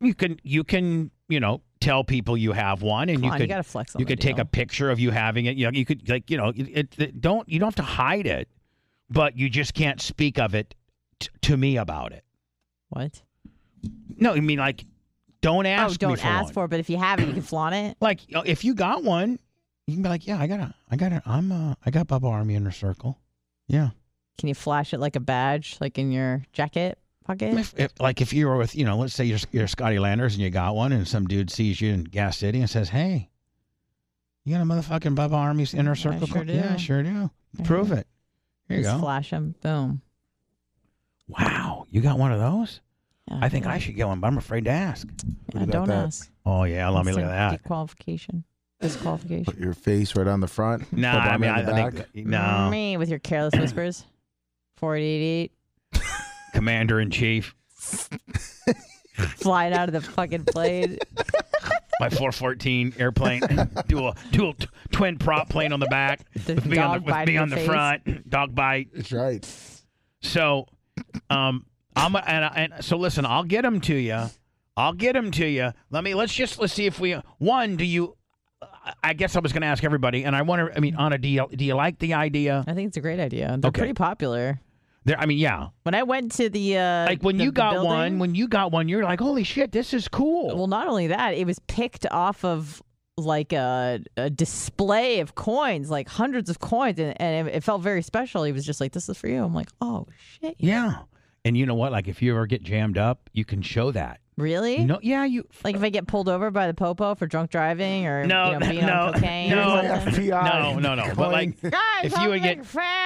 you can you can, you know, tell people you have one and Come you on, could you gotta flex on you the could take a deal. picture of you having it. You know, you could like, you know, it, it, it- don't you don't have to hide it, but you just can't speak of it t- to me about it. what? No, I mean like don't ask oh, me don't for ask one. for it, but if you have it, you can flaunt it. Like you know, if you got one, you can be like, "Yeah, I got a I got a I'm uh I got Bubba Army Inner Circle." Yeah. Can you flash it like a badge, like in your jacket pocket? If, if, like if you were with, you know, let's say you're, you're Scotty Landers and you got one, and some dude sees you in Gas City and says, "Hey, you got a motherfucking Bubba Army's inner circle?" sure co- Yeah, I do." sure do. Prove it. Here you Just go. Flash them. Boom. wow, you got one of those? Yeah, I think I should get one, but I'm afraid to ask. Yeah, about don't that. ask. Oh yeah, let me look at that. Qualification. Disqualification. Put your face right on the front. No, put I them mean, I, in the I back. think no. Me with your careless whispers. (clears throat) 4888. Commander in chief, Flying out of (laughs) the fucking plane. my 414 airplane, dual dual t- twin prop plane on the back, (laughs) The with me on dog the, with me biting your on the face. front, dog bite. (laughs) That's right. So, um, I'm and, and so listen. I'll get them to you. I'll get them to you. Let me. Let's just let's see if we. One, do you? I- I guess I was going to ask everybody, and I wonder. I mean, Anna, do you, do you like the idea? I think it's a great idea. They're Okay. pretty popular. There. I mean, yeah. When I went to the uh Like when the- you the got building- one, when you got one, you're like, holy shit, this is cool. Well, not only that, it was picked off of like a, a display of coins, like hundreds of coins, and, and it, it felt very special. He was just like, "This is for you." I'm like, "Oh shit, yeah. And you know what? Like, if you ever get jammed up, you can show that. really?" No, yeah, you. Like if I get pulled over by the popo for drunk driving or No, you know, being no, on cocaine, Oh, no. or something. (laughs) FBI. No, no, (laughs) no. But like, coin. if you would get,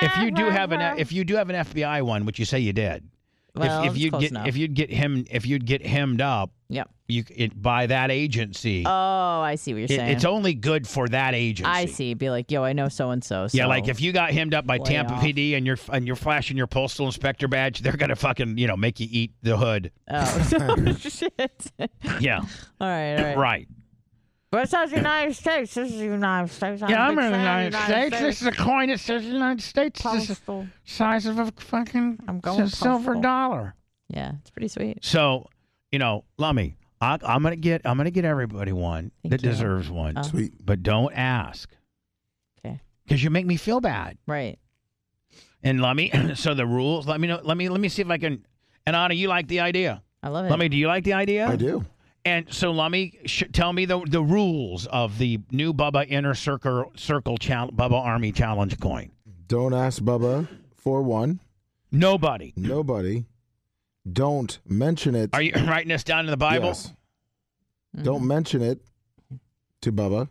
if you do have an, if you do have an FBI one, which you say you did, well, if, if it's you'd close get enough. if you'd get him if you'd get hemmed up, yep. you c- it, by that agency, Oh, I see what you're it- saying. it's only good for that agency. I see. Be like, yo, I know so and so. Yeah, like if you got hemmed up by Way Tampa off. PD and you're f- and you're flashing your postal inspector badge, they're gonna fucking you know make you eat the hood. (laughs) Oh shit! (laughs) all Yeah, right, all right. right. What's up, United States? This is the United States. I'm Yeah, a I'm big in the fan of United States. This is a coin that says United States. This is Postal. size of a fucking I'm going s- silver postal. dollar. Yeah, it's pretty sweet. So you know, Lummy, I, I'm gonna get I'm gonna get everybody one Thank that you. deserves one, Oh. Sweet. but don't ask Okay, because you make me feel bad. right. And let me. (clears throat) So the rules. Let me know. Let me. Let me see if I can. And Anna, you like the idea. I love it. Lummy, do you like the idea? I do. And so Lummy, sh- tell me the the rules of the new Bubba Inner Circle Circle Chal- Bubba Army Challenge coin. Don't ask Bubba for one. Nobody. Nobody. Don't mention it. Are you (clears throat) writing this down in the Bible? Yes. Mm-hmm. Don't mention it to Bubba.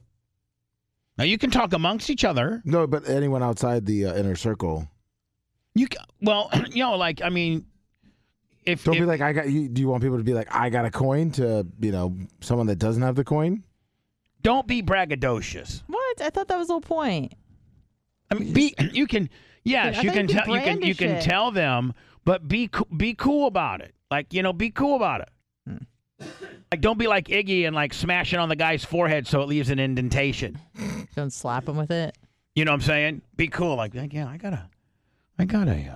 Now you can talk amongst each other. No, but anyone outside the uh, inner circle. You c well, (clears throat) you know, like I mean, if, Don't if be like I got. You, do you want people to be like I got a coin to you know someone that doesn't have the coin? don't be braggadocious. What? I thought that was the whole point. I mean, (laughs) be you can yes, I you thought can you could tell you can you brandish can it. tell them, but be co- be cool about it. Like you know, be cool about it. Hmm. Like don't be like Iggy and like smashing on the guy's forehead so it leaves an indentation. Don't slap him with it. You know what I'm saying? Be cool. Like like, yeah, I gotta, I gotta. Uh,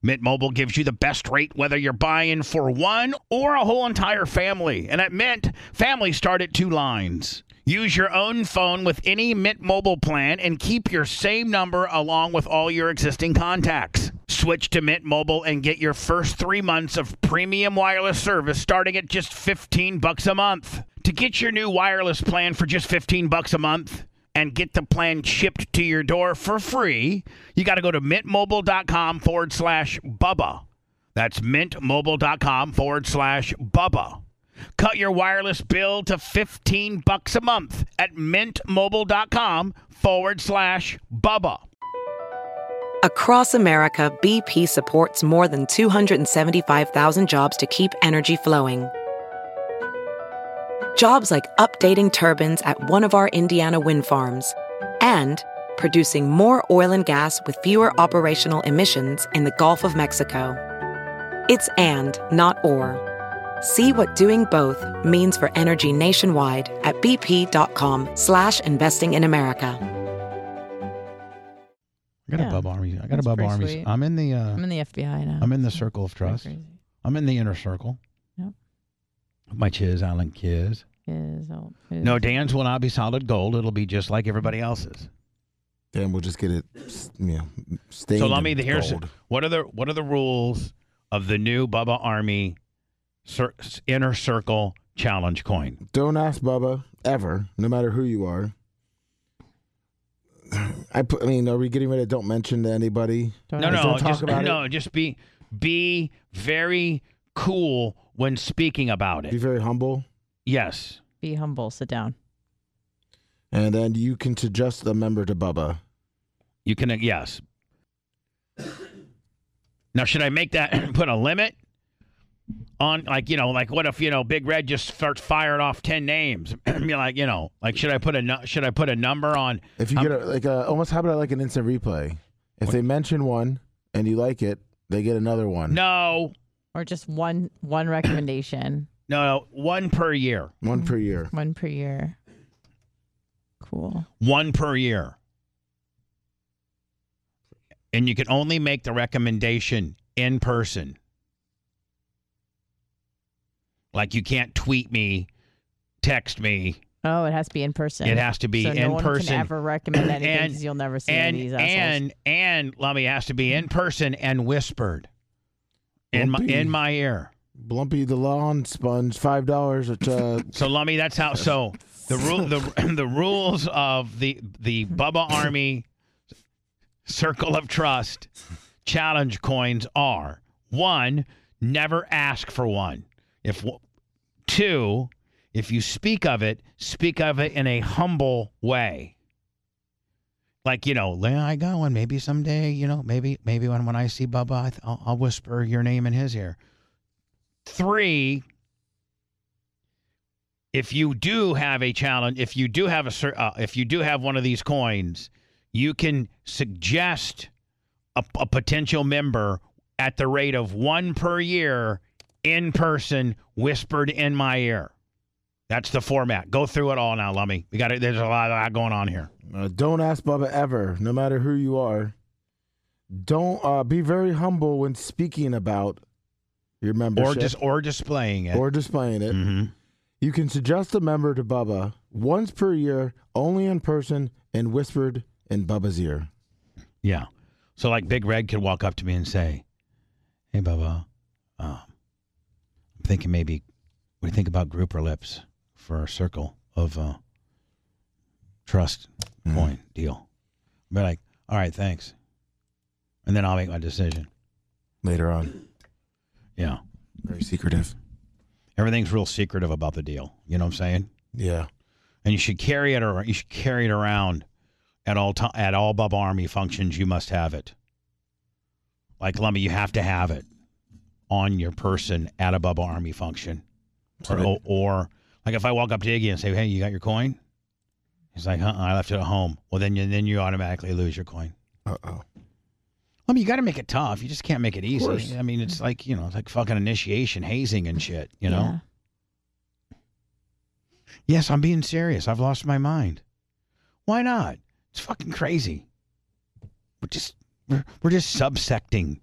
Mint Mobile gives you the best rate whether you're buying for one or a whole entire family. And at Mint, families start at two lines. Use your own phone with any Mint Mobile plan and keep your same number along with all your existing contacts. Switch to Mint Mobile and get your first 3 months of premium wireless service starting at just 15 bucks a month. To get your new wireless plan for just 15 bucks a month, and get the plan shipped to your door for free, you got to go to mintmobile.com forward slash Bubba. That's mintmobile.com forward slash Bubba. Cut your wireless bill to 15 bucks a month at mintmobile.com forward slash Bubba. Across America, BP supports more than 275,000 jobs to keep energy flowing. Jobs like updating turbines at one of our Indiana wind farms and producing more oil and gas with fewer operational emissions in the Gulf of Mexico. It's and, not or. See what doing both means for energy nationwide at bp.com slash investing in America. I got Yeah. a Bub Army. I got That's a Bub pretty Army. sweet. I'm in the uh, I'm in the FBI now. I'm in the circle of Pretty trust. crazy. I'm in the inner circle. Yep. My chiz, Alan Kiz. It is all- it No, is- Dan's will not be solid gold. It'll be just like everybody else's. Then we'll just get it, you know, stained. So let me in here's gold. what are the what are the rules of the new Bubba Army cir- inner circle challenge coin? Don't ask Bubba ever, no matter who you are. I put. I mean, are we getting rid of? Don't mention to anybody. Don't No, ask- Just no, don't talk just, about it. no, just be be very cool when speaking about Be it. very humble, Yes. Be humble. Sit down. and then you can suggest a member to Bubba. You can, yes. Now, should I make that (clears throat) put a limit on, like, you know, like what if you know Big Red just starts firing off ten names? (clears throat) Be like, you know, like should I put a nu- should I put a number on? If you I'm- get a, like a, almost how about like an instant replay? If they mention one and you like it, they get another one. No, Or just one one recommendation, no, no, one per year, One per year. one per year. Cool. one per year, and you can only make the recommendation in person. Like you can't tweet me, text me, Oh, it has to be in person. It has to be so no in one person. Can ever recommend anything (clears throat) And- 'cause you'll never see and any of these assholes. and and let me has to be in person and whispered in my Lumpy. in my ear. Blumpy the lawn sponge, five dollars. At, uh, (laughs) So Lummy, that's how. So the rule the the (clears throat) rules of the the Bubba Army Circle of Trust challenge coins are one, never ask for one. If w- two, if you speak of it, speak of it in a humble way. Like you know, "Leah, I got one. Maybe someday, you know, maybe maybe when when I see Bubba, I th- I'll, I'll whisper your name in his ear. Three, if you do have a challenge, if you do have a cer- uh, if you do have one of these coins, you can suggest a, a potential member at the rate of one per year in person, whispered in my ear. That's the format. Go through it all now, Lummy. We got it. There's a lot, a lot going on here. uh, don't ask Bubba ever, no matter who you are. Don't uh, be very humble when speaking about your Or membership just or displaying it. or displaying it. hmm You can suggest a member to Bubba once per year, only in person and whispered in Bubba's ear. Yeah. So like Big Red could walk up to me and say, "Hey, Bubba, um, I'm thinking maybe what do you think about grouper lips for our circle of uh, trust coin deal?" I'd be like, "All right, thanks," and then I'll make my decision. Later on, Yeah. very secretive. Everything's real secretive about the deal. You know what I'm saying? Yeah. and you should carry it or you should carry it around at all time at all Bub Army functions. You must have it. Like Lummy, you have to have it on your person at a Bub Army function, or, Right. or, or like if I walk up to Iggy and say, "Hey, you got your coin?" He's like, "Huh, I left it at home." Well, then you, then you automatically lose your coin. Uh oh. I mean, you got to make it tough. You just can't make it course. easy. I mean, it's like you know, it's like fucking initiation hazing and shit. You know. Yeah. Yes, I'm being serious. I've lost my mind. Why not? It's fucking crazy. We're just we're, we're just subsecting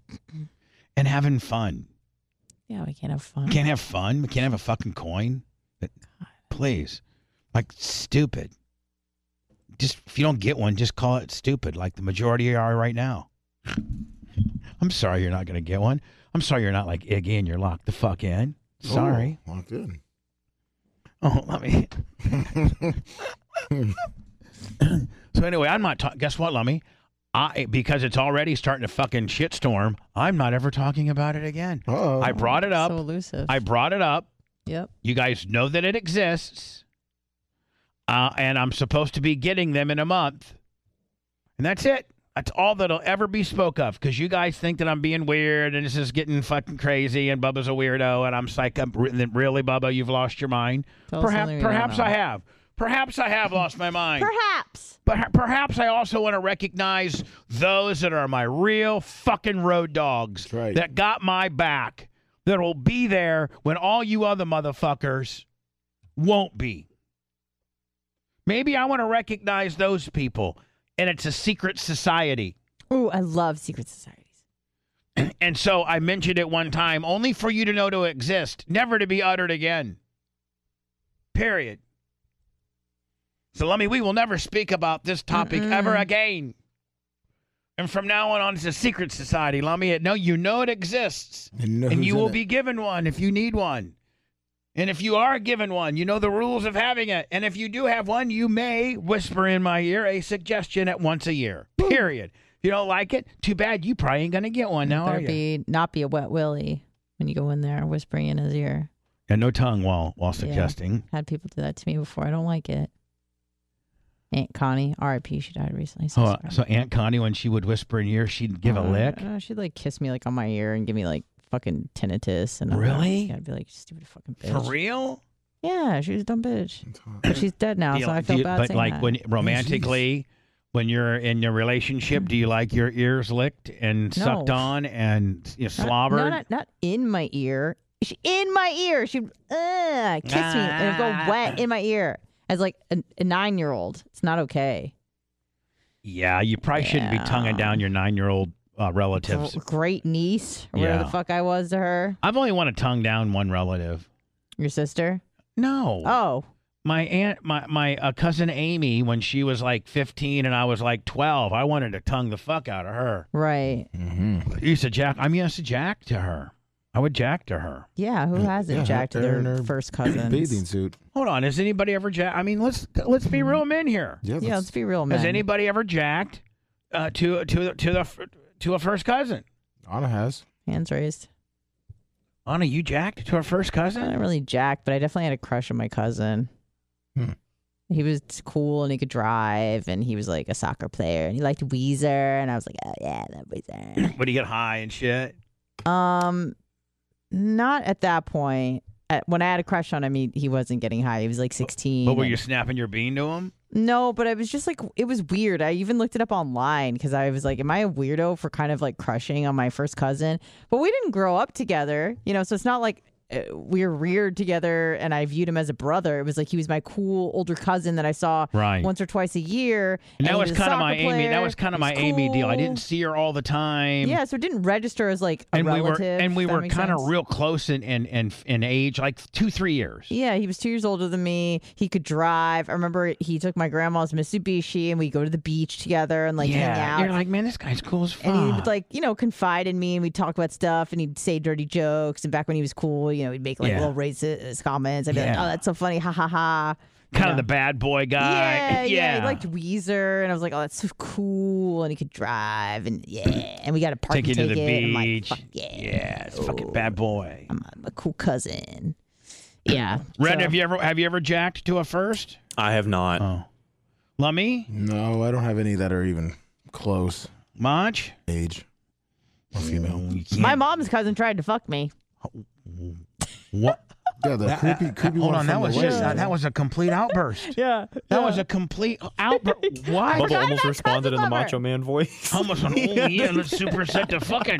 and having fun. Yeah, we can't have fun. We can't have fun. We can't have a fucking coin. But please, like stupid. Just if you don't get one, just call it stupid, like the majority are right now. I'm sorry you're not gonna get one. I'm sorry you're not like Iggy and you're locked the fuck in. Sorry. Oh, well, good. Oh, (laughs) let me. so anyway, I'm not. Ta- guess what, Lummy? I because it's already starting to fucking shitstorm. I'm not ever talking about it again. Uh-oh. I brought it So up. elusive. I brought it up. yep. You guys know that it exists, uh, and I'm supposed to be getting them in a month, and that's it. That's all that'll ever be spoke of because you guys think that I'm being weird and this is getting fuccking crazy and Bubba's a weirdo and I'm psych. I'm re- really, Bubba, you've lost your mind. Tell us something Perhaps, we don't perhaps know. I have. Perhaps I have lost my mind. Perhaps. But perhaps I also want to recognize those that are my real fucking road dogs That's right. that got my back, that will be there when all you other motherfuckers won't be. Maybe I want to recognize those people, and it's a secret society. Ooh, I love secret societies. And so I mentioned it one time, only for you to know to exist, never to be uttered again. Period. So, Lummy, we will never speak about this topic ever again. And from now on, it's a secret society, Lummy. It- No, you know it exists, And you, know and who's you in will it. e- be given one if you need one. And if you are given one, you know the rules of having it. And if you do have one, you may whisper in my ear a suggestion at once a year. Period. If you don't like it, too bad. You probably ain't gonna get one now, are Better you? be not be a wet willy when you go in there whispering in his ear. And no tongue while while Yeah. suggesting. Had people do that to me before. I don't like it. Aunt Connie, R.I.P. She died recently. So, Oh, sorry. so Aunt Connie, when she would whisper in your ear, she'd give a Uh, lick. uh, she'd like kiss me like on my ear and give me like fucking tinnitus and all that. Really? Yeah, I'd be like stupid fucking bitch. For real? Yeah, she was a dumb bitch. But she's dead now, so I feel bad but saying like that. (laughs) when romantically, when you're in your relationship, do you like your ears licked and No. sucked on and you know, Not- slobbered? No, not, not in my ear. She, in my ear. She'd uh, kiss me and Ah. it'd go wet in my ear as like a, a nine year old. It's not okay. yeah, you probably shouldn't be tonguing Yeah. down your nine year old uh, relatives. Gr- great niece, or whatever Yeah. the fuck I was to her. I've only want to tongue down one relative. Your sister? No. Oh, my aunt my my uh, cousin amy when she was like 15 and i was like 12 i wanted to tongue the fuck out of her right. Mm-hmm. I used to jack i mean i used to jack to her i would jack to her Yeah, who hasn't yeah, jacked they're in their her first cousins? Bathing suit. hold on has anybody ever jack i mean let's let's be real men here Yeah. Yeah, let's that's- be real, man. has anybody ever jacked uh, to to to the to a first cousin Anna has. Hands raised. anna you jacked to a first I cousin wasn't really jacked, but I definitely had a crush on my cousin. Hmm. He was cool and he could drive, and he was like a soccer player, and he liked Weezer, and I was like, oh yeah, I love (clears throat) Weezer. would he get high and shit um, not at that point. At, when I had a crush on him, he, he wasn't getting high. He was like sixteen. but were and- you snapping your bean to him No, but I was just like, it was weird. I even looked it up online because I was like, am I a weirdo for kind of like crushing on my first cousin? But we didn't grow up together, you know, so it's not like uh, we were reared together and I viewed him as a brother. It was like he was my cool older cousin that I saw Right. once or twice a year. and that he was a kind of my soccer amy that player. was kind of my He amy deal i cool. didn't see her all the time Yeah, so it didn't register as like a and relative. we were and we if that were makes kind of sense. real close in in, in in age, like two three years. Yeah, he was two years older than me. He could drive. I remember he took my grandma's Mitsubishi and we go to the beach together and like hang out. you're like, man, this guy's cool as fuck. And he would like, you know, confide in me and we'd talk about stuff and he'd say dirty jokes. And back when he was cool, you know, he'd make like Yeah. little racist comments. I'd be like, Yeah. Uh, oh, that's so funny. Ha ha ha. kind of the bad boy guy. yeah, yeah, He liked Weezer. And I was like, oh, that's so cool. And he could drive. And yeah. And we got a park Take you to ticket. the I'm like, beach. fuck yeah. yeah, it's a fucking bad boy. I'm, I'm a cool cousin. Yeah. (clears throat) Red, so- have you ever have you ever jacked to a first? I have not. Oh, Lummy, No, I don't have any that are even close Mach. age or female. My mom's cousin tried to fuck me. What? Yeah, the creepy, creepy uh, Hold one on, from that the was way. just uh, that was a complete outburst. (laughs) Yeah. That was a complete (laughs) outburst. Why? Bubba forgot almost about responded in the Cousin Lover. Macho (laughs) Man voice. Almost an (laughs) oh yeah, let's superset the fucking.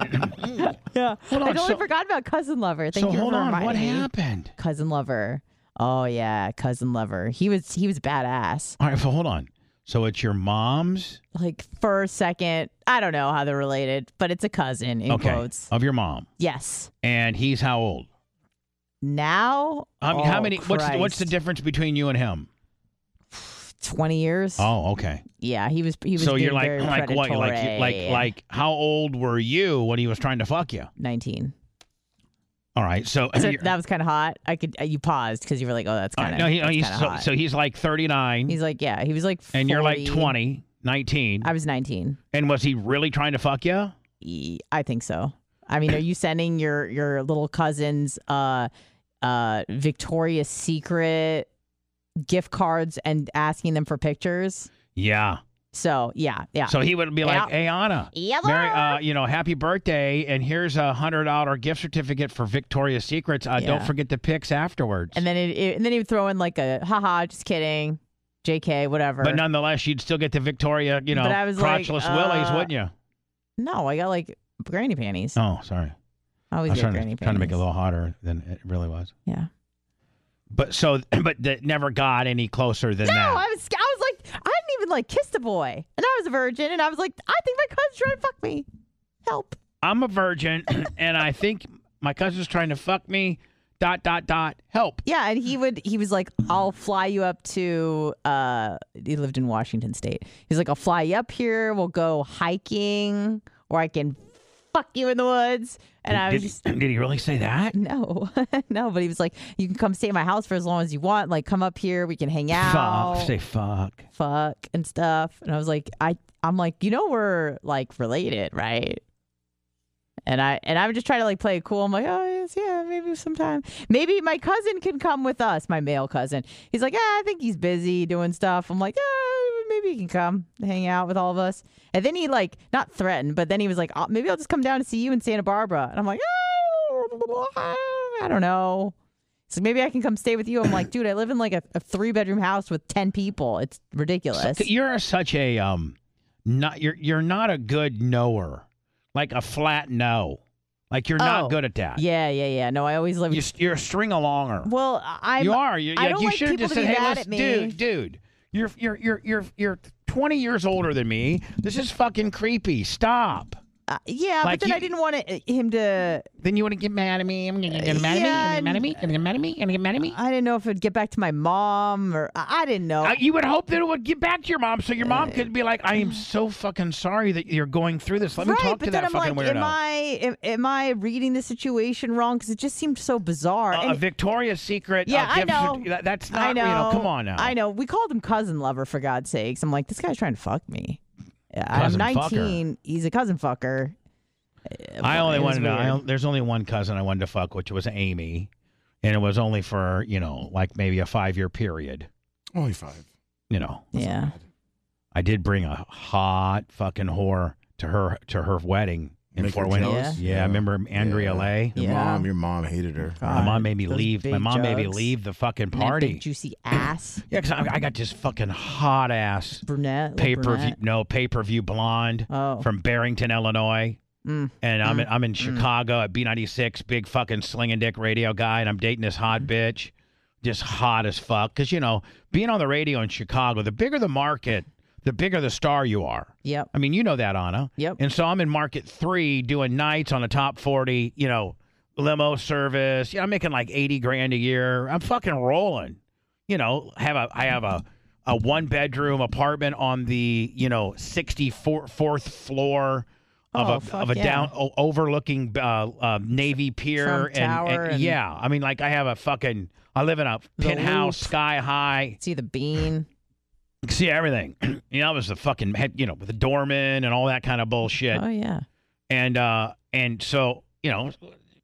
Yeah. Hold on, I totally so- forgot about cousin lover. Thank so you hold for on, reminding what me. happened? Cousin lover. Oh yeah, cousin lover. He was he was badass. All right, so hold on. So it's your mom's Like for a second, I don't know how they're related, but it's a cousin in okay quotes. of your mom, Yes. and he's how old? Now, I mean, Um, how oh, many? What's the, what's the Christ. difference between you and him? Twenty years. Oh, okay. Yeah, he was. He was. So you're being like very like what? Like you- like predatory. like how old were you when he was trying to fuck you? nineteen. All right, so, (laughs) So you're- that was kind of hot. I could. You paused because you were like, "Oh, that's all kind right, of." no, he- that's he's kinda so, hot. so he's like 39 He's like, yeah, he was like. 40. and you're like 20, 19. I was nineteen. and was he really trying to fuck you? E- I think so. I mean, are you sending your your little cousin's uh uh Victoria's Secret gift cards and asking them for pictures? Yeah. So yeah, yeah. So he would be like, Yeah. "Hey Anna, Yeah, Merry, Laura. uh, you know, happy birthday, and here's a hundred dollar gift certificate for Victoria's Secrets. Uh, Don't Yeah. forget the pics afterwards." and then it, it- and then he would throw in like a haha, just kidding, J.K. Whatever. but nonetheless, you'd still get the Victoria, you know, But I was like, crotchless uh, willies, wouldn't you? no, I got like granny panties. Oh, sorry. I I always was get trying granny to, panties. trying to make it a little hotter than it really was. Yeah. But so, (clears throat) but that never got any closer than No, that. I was I was like I didn't even like kiss the boy, and I was a virgin, and I was like I think my cousin's trying to fuck me. Help. I'm a virgin, (clears throat) and I think my cousin's trying to fuck me. Dot dot dot. Help. Yeah, and he would he was like, I'll fly you up to uh he lived in Washington State. He's like, I'll fly you up here, we'll go hiking, or I can fuck you in the woods. And I was Did, just did he really say that? (laughs) no, no, but he was like, You can come stay at my house for as long as you want, like come up here, we can hang out Fuck. Say fuck. fuck and stuff. And I was like, I I'm like, you know we're like related, right? And I and I'm just trying to like play it cool. I'm like, oh yes, yeah, maybe sometime. Maybe my cousin can come with us, my male cousin. He's like, ah, I think he's busy doing stuff. I'm like, ah, maybe he can come hang out with all of us. And then he like not threatened, but then he was like, "Oh, maybe I'll just come down to see you in Santa Barbara. And I'm like, ah, I don't know. So maybe I can come stay with you. I'm like, dude, I live in like a, a three bedroom house with ten people. It's ridiculous. So you're such a um, not you're you're not a good knower, like a flat no. Like you're Oh, not good at that. yeah, yeah, yeah. No, I always live. You, you're a string alonger. well, I'm. you are. You, I you- don't you like should have just people to said, be "Hey, mad listen, at me." dude, dude, you're you're you're you're you're 20 years older than me. This is fucking creepy. Stop." uh, yeah, Like but then you- I didn't want it, eh, him to. Then you want to get mad at me? I'm gonna get mad Yeah, at me. I'm gonna get mad at me. I'm gonna get mad at me. I'm gonna get mad at me. I didn't know if it'd get back to my mom or I, I didn't know. Uh, you would hope that it would get back to your mom, so your mom could be like, "I am so fucking sorry that you're going through this. Let me right, talk but to then that I'm fucking like, weirdo." am I am, am I reading the situation wrong? Because it just seemed so bizarre. Uh, a And- Victoria's Secret. uh, Yeah, I gift cert- know. that- that's not. I know. You know, come on now. I know. We called him cousin lover for God's sakes. I'm like, this guy's trying to fuck me. Yeah, Cousin I'm 19. fucker. He's a cousin fucker. I Well, only it was wanted. To, I, weird. on- there's only one cousin I wanted to fuck, which was Amy, and it was only for you know like maybe a five year period. Only five. You know, Yeah. I did bring a hot fucking whore to her to her wedding in Make her Fort Wayne. jealous? Yeah. I remember Andrea Yeah. Lay. Your Yeah. mom, your mom hated her. My mom made me Those leave. My big mom made me jugs. leave the fucking And that party. big juicy (clears throat) ass. yeah, because I, I got this fucking hot ass Brunette. pay little per view. brunette. No pay per view blonde. Oh. from Barrington, Illinois. Mm. And I'm in, I'm in Chicago at B96, big fucking slinging dick radio guy, and I'm dating this Mm. hot bitch, just hot as fuck. Because you know, being on the radio in Chicago, the bigger the market, the bigger the star you are. Yep. I mean, you know that, Anna. Yep. And so I'm in market three doing nights on the top 40, you know, limo service. Yeah, I'm making like 80 grand a year. I'm fucking rolling. You know, have a I have a a one bedroom apartment on the, you know, 64th fourth floor of Oh, a fuck of a yeah. down o- overlooking uh, uh, Navy Pier Trump and, and- Tower and- yeah, I mean like I have a fucking I live in a The penthouse Loop. sky high See the bean. see everything. (clears throat) you know, I was the fucking head, you know, with the doorman and all that kind of bullshit. Oh yeah. And uh and so, you know,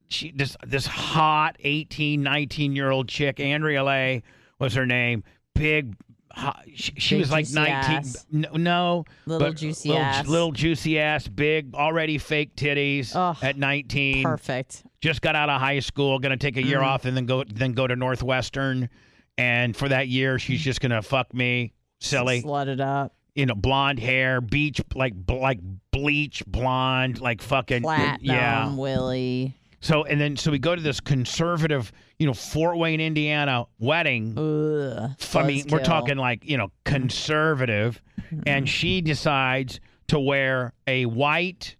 she this this hot 18, 19 year old chick, Andrea Lay was her name. Big, hot, she, she Big was like juicy nineteen. ass. No, no Little but uh, juicy little, ass. little juicy ass, big, already fake titties Ugh, at nineteen. Perfect. Just got out of high school, gonna take a year Mm. off and then go then go to Northwestern. And for that year, Mm. she's just gonna fuck me, silly Slut it up. you know, blonde hair, beach like bl- like bleach blonde, like fucking Platinum yeah. Willie. So and then so we go to this conservative, you know, Fort Wayne, Indiana wedding. Ugh. F- I mean, we're buzzkill. talking like you know conservative, (laughs) and she decides to wear a white,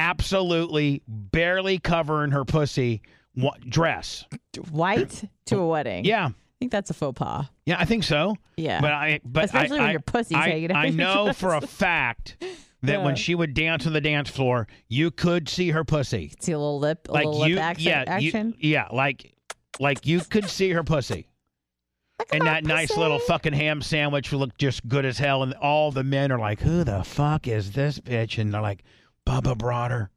absolutely barely covering her pussy wa- dress. white to a wedding. Yeah, I think that's a faux pas. yeah, I think so. Yeah. But I but Especially I, when I- your pussy's I, (laughs) hanging out I your know dress. for a fact that Yeah. when she would dance on the dance floor, you could see her pussy. See a little lip, a like little you, lip action. yeah, you- action. yeah, like like you could see her pussy. And that nice little fucking ham sandwich looked just good as hell. And all the men are like, "Who the fuck is this bitch?" And they're like, "Bubba brought her."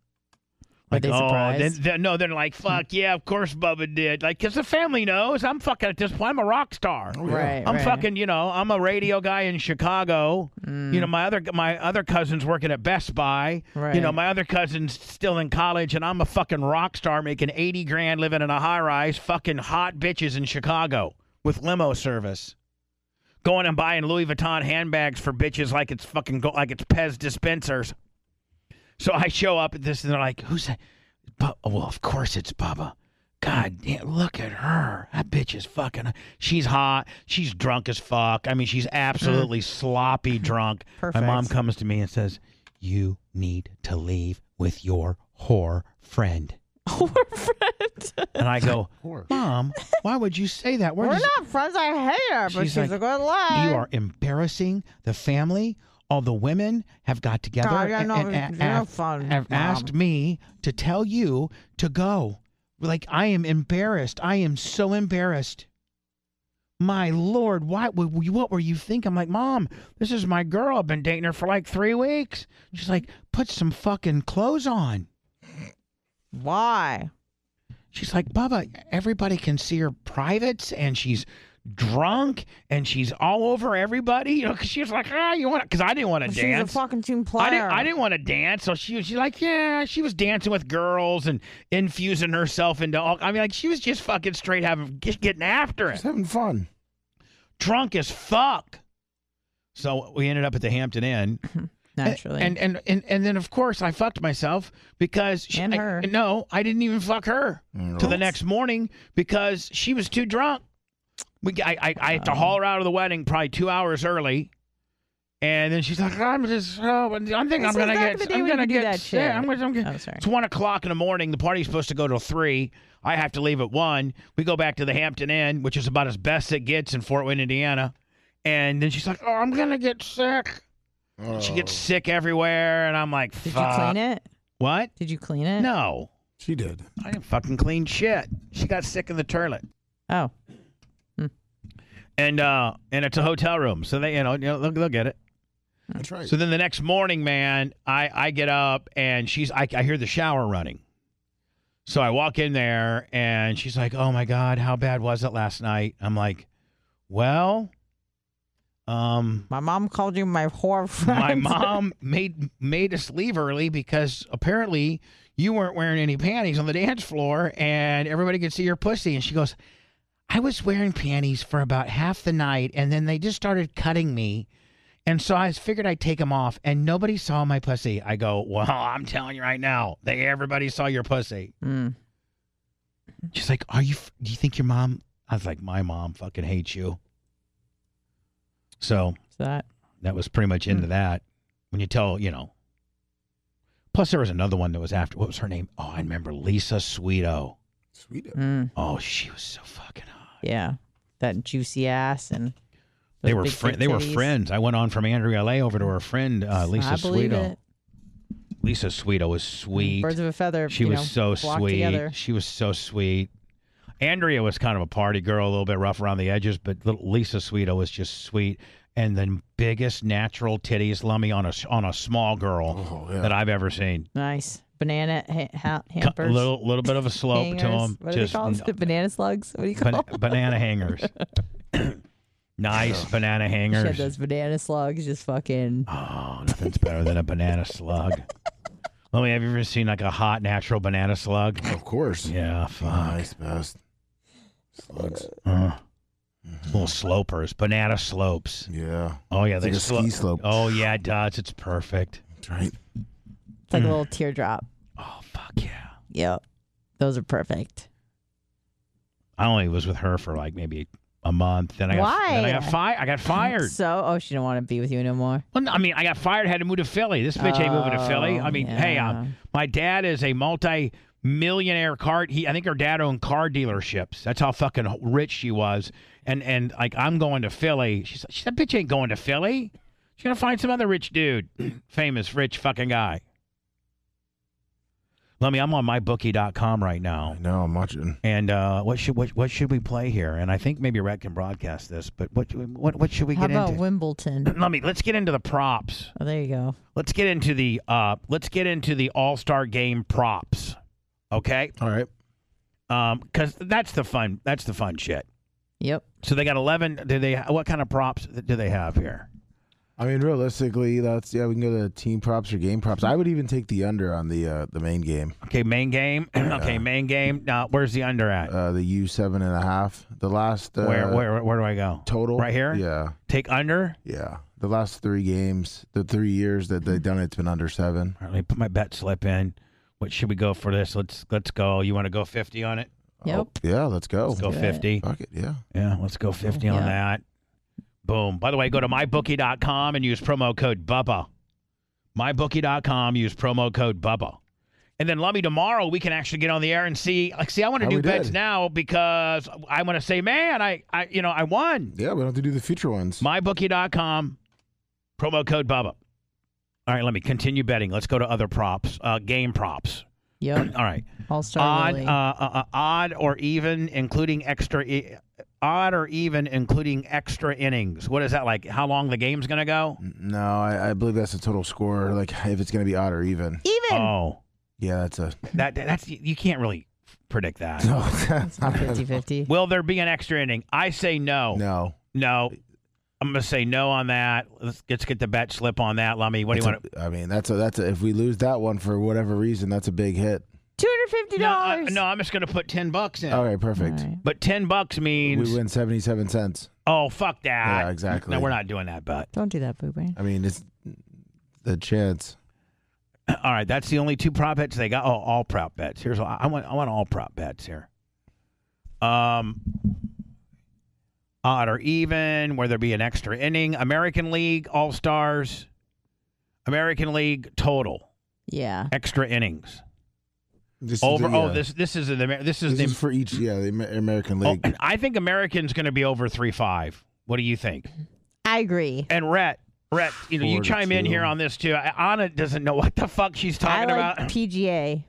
Were Like, they oh, then, surprised? then- no, they're like, "Fuck yeah, of course Bubba did." Like, cause the family knows I'm fucking at this point. I'm a rock star. Oh, Right. I'm right. fucking, you know, I'm a radio guy in Chicago. Mm. You know, my other my other cousin's working at Best Buy. You know, Right. my other cousin's still in college, and I'm a fucking rock star making eighty grand, living in a high rise, fucking hot bitches in Chicago with limo service, going and buying Louis Vuitton handbags for bitches like it's fucking go- like it's Pez dispensers. So I show up at this, and they're like, "Who's that?" Bu- well, of course it's Bubba. God damn, look at her. That bitch is fucking. She's hot. She's drunk as fuck. I mean, she's absolutely sloppy (laughs) drunk. Mm. Perfect. My mom comes to me and says, You need to leave with your whore friend. (laughs) We're (laughs) friends. And I go, Mom, why would you say that? Where We're does- not friends. I hate her, but She's she's, like, a good lie. You are embarrassing the family. All the women have got together God, yeah, and, no, and- you're and- no have- fun, have Mom. asked me to tell you to go. Like I am embarrassed. I am so embarrassed. My lord, why? What, what were you thinking? I'm like, mom, this is my girl. I've been dating her for like three weeks. She's like, put some fucking clothes on. Why? She's like, Bubba, everybody can see her privates and she's drunk and she's all over everybody. You know, because she was like, ah, you want to, because I didn't want to She's dance. a fucking team player. I didn't, I didn't want to dance. So she was she's like, yeah, she was dancing with girls and infusing herself into all. I mean, like, she was just fucking straight having, just getting after it. Just having fun. Drunk as fuck. So we ended up at the Hampton Inn. (laughs) Naturally. And, and, and, and then, of course, I fucked myself because she, And I- her. no, I didn't even fuck her Mm, to the next morning because she was too drunk. We, I, I, I had to haul her out of the wedding probably two hours early, and then she's like, "I'm just, oh, I'm thinking I'm This was gonna back in the get, day I'm when you gonna could do get, that sick. shit. I'm gonna, I'm gonna-" Oh, sorry. It's one o'clock in the morning. The party's supposed to go till three. I have to leave at one. We go back to the Hampton Inn, which is about as best it gets in Fort Wayne, Indiana, and then she's like, "Oh, I'm gonna get sick." And She Oh. gets sick everywhere, and I'm like, Did you "Fuck." clean it? What? Did you clean it? No. She did. I didn't fucking clean shit. She got sick in the toilet. Oh. And uh and it's a hotel room. So they you know, you know they'll, they'll get it. Mm-hmm. That's right. So then the next morning, man, I I get up and she's I I hear the shower running. So I walk in there and she's like, "Oh my god, how bad was it last night?" I'm like, "Well, um My mom called you my whore my friend. mom made made us leave early because apparently you weren't wearing any panties on the dance floor and everybody could see your pussy and she goes i was wearing panties for about half the night and then they just started cutting me and so i figured i'd take them off and nobody saw my pussy i go well (laughs) i'm telling you right now they everybody saw your pussy Mm. she's like are you f- do you think your mom i was like my mom fucking hates you so So that that was pretty much Hmm. into that. When you tell, you know. Plus, there was another one that was after. What was her name? Oh, I remember Lisa Sweeto. Sweet. mm, Oh, she was so fucking hot. yeah. That juicy ass and They those were big, fri- big they were titties. friends. I went on from Andrea Lay over to her friend uh, Lisa I believe Sweeto. it. Lisa Sweeto was sweet. Birds of a feather. she you was know, so flock sweet. Together. She was so sweet. Andrea was kind of a party girl, a little bit rough around the edges, but little Lisa Sweeto was just sweet and the biggest natural titties lummy on a s- on a small girl Mm-hmm. Oh, yeah. that I've ever seen. Nice. banana ha- ha- A hampers. little, little bit of a slope to hangers? them. What are Just they called? The (laughs) banana slugs? What do you (laughs) call ban- them? banana (laughs) hangers. nice banana She had hangers. those banana slugs just fucking. Oh, nothing's better than a banana (laughs) slug. Let me. Have you ever seen like a hot natural banana slug? Of course. Yeah, fuck. Nice, best. Slugs. Mm-hmm. Uh, little slopers, banana slopes. Yeah. Oh yeah, It's they like a slo- ski slope. Oh yeah, it does. It's perfect. That's right. Mm. It's like a little teardrop. Oh fuck yeah. Yep. Those are perfect. I only was with her for like maybe a month. Then I got, Then I got Why? fired. I got fired. So, oh, she didn't want to be with you no more. Well, no, I mean, I got fired. Had to move to Philly. This bitch ain't moving to Philly. Oh, I mean, hey, yeah. um, my dad is a multi-millionaire car. He, I think her dad owned car dealerships. That's how fucking rich she was. And and like, I'm going to Philly. She's, she's that bitch ain't going to Philly. She's gonna find some other rich dude, (clears throat) famous rich fucking guy. Let me. I'm on mybookie.com right now. Now I'm watching. And uh, what should what, what should we play here? And I think maybe Rhett can broadcast this. But what do we- what what should we How get (clears throat) about into? Wimbledon? Let me let's get into the props. Oh, there you go. Let's get into the uh let's get into the All Star Game props. Okay, All right. um, because that's the fun that's the fun shit. Yep. So they got eleven. Do they what kind of props do they have here? I mean, realistically, that's yeah. We can go to team props or game props. I would even take the under on the uh, the main game. Okay, main game. (clears throat) okay, main game. Now where's the under at? Uh, the U seven and a half. The last uh, where where where do I go? total right here. Yeah, Take under. yeah. The last three games, the three years that they've done it, it's been under seven. All right, let me put my bet slip in. What should we go for this? Let's let's go. You want to go fifty on it? Yep. Oh, Yeah, let's go. Let's go do it. fifty. Fuck it. Yeah. Yeah, let's go fifty on Yeah. that. Boom. By the way, go to mybookie.com and use promo code Bubba. Mybookie.com, use promo code Bubba. And then Lummy, tomorrow we can actually get on the air and see. Like, see, I want to How do we bets did. now because I want to say, man, I, I, you know, I won. Yeah, we don't have to do the future ones. Mybookie.com, promo code Bubba. All right, let me continue betting. Let's go to other props, uh, game props. (clears throat) Yep. All right. All star. odd, uh, uh, uh, odd or even, including extra, i- odd or even, including extra innings. What is that like? How long the game's gonna go? No, I, I believe that's the total score. Like if it's gonna be odd or even. Even. Oh, Yeah, that's a (laughs) that that's you can't really predict that. no. It's not (laughs) 50 50. Will there be an extra inning? I say no. no. No. I'm gonna say no on that. Let's, let's get the bet slip on that, Lummy. What do you want? to? I mean, that's a that's a. If we lose that one for whatever reason, that's a big hit. $250. No, I, no, I'm just gonna put ten bucks in. All right, perfect. But ten bucks means We win seventy-seven cents. oh fuck that. Yeah, exactly. No, we're not doing that bet. Don't do that, Boo Brain. I mean, it's the chance. (clears throat) All right, that's the only two prop bets they got. Oh, all prop bets. Here's I I want. I want all prop bets here. Um, odd or even, where there be an extra inning. American League All Stars, American League total Yeah. extra innings This over. Is the, uh, Oh, yeah. this this is the Amer- this is This the. is for each. Yeah, the Amer- American oh, League. (coughs) I think American's going to be over three five. What do you think? I agree. And Rhett, Rhett, you know, you Four to chime in two. here on this too. I- Anna doesn't know what the fuck she's I talking like about. PGA.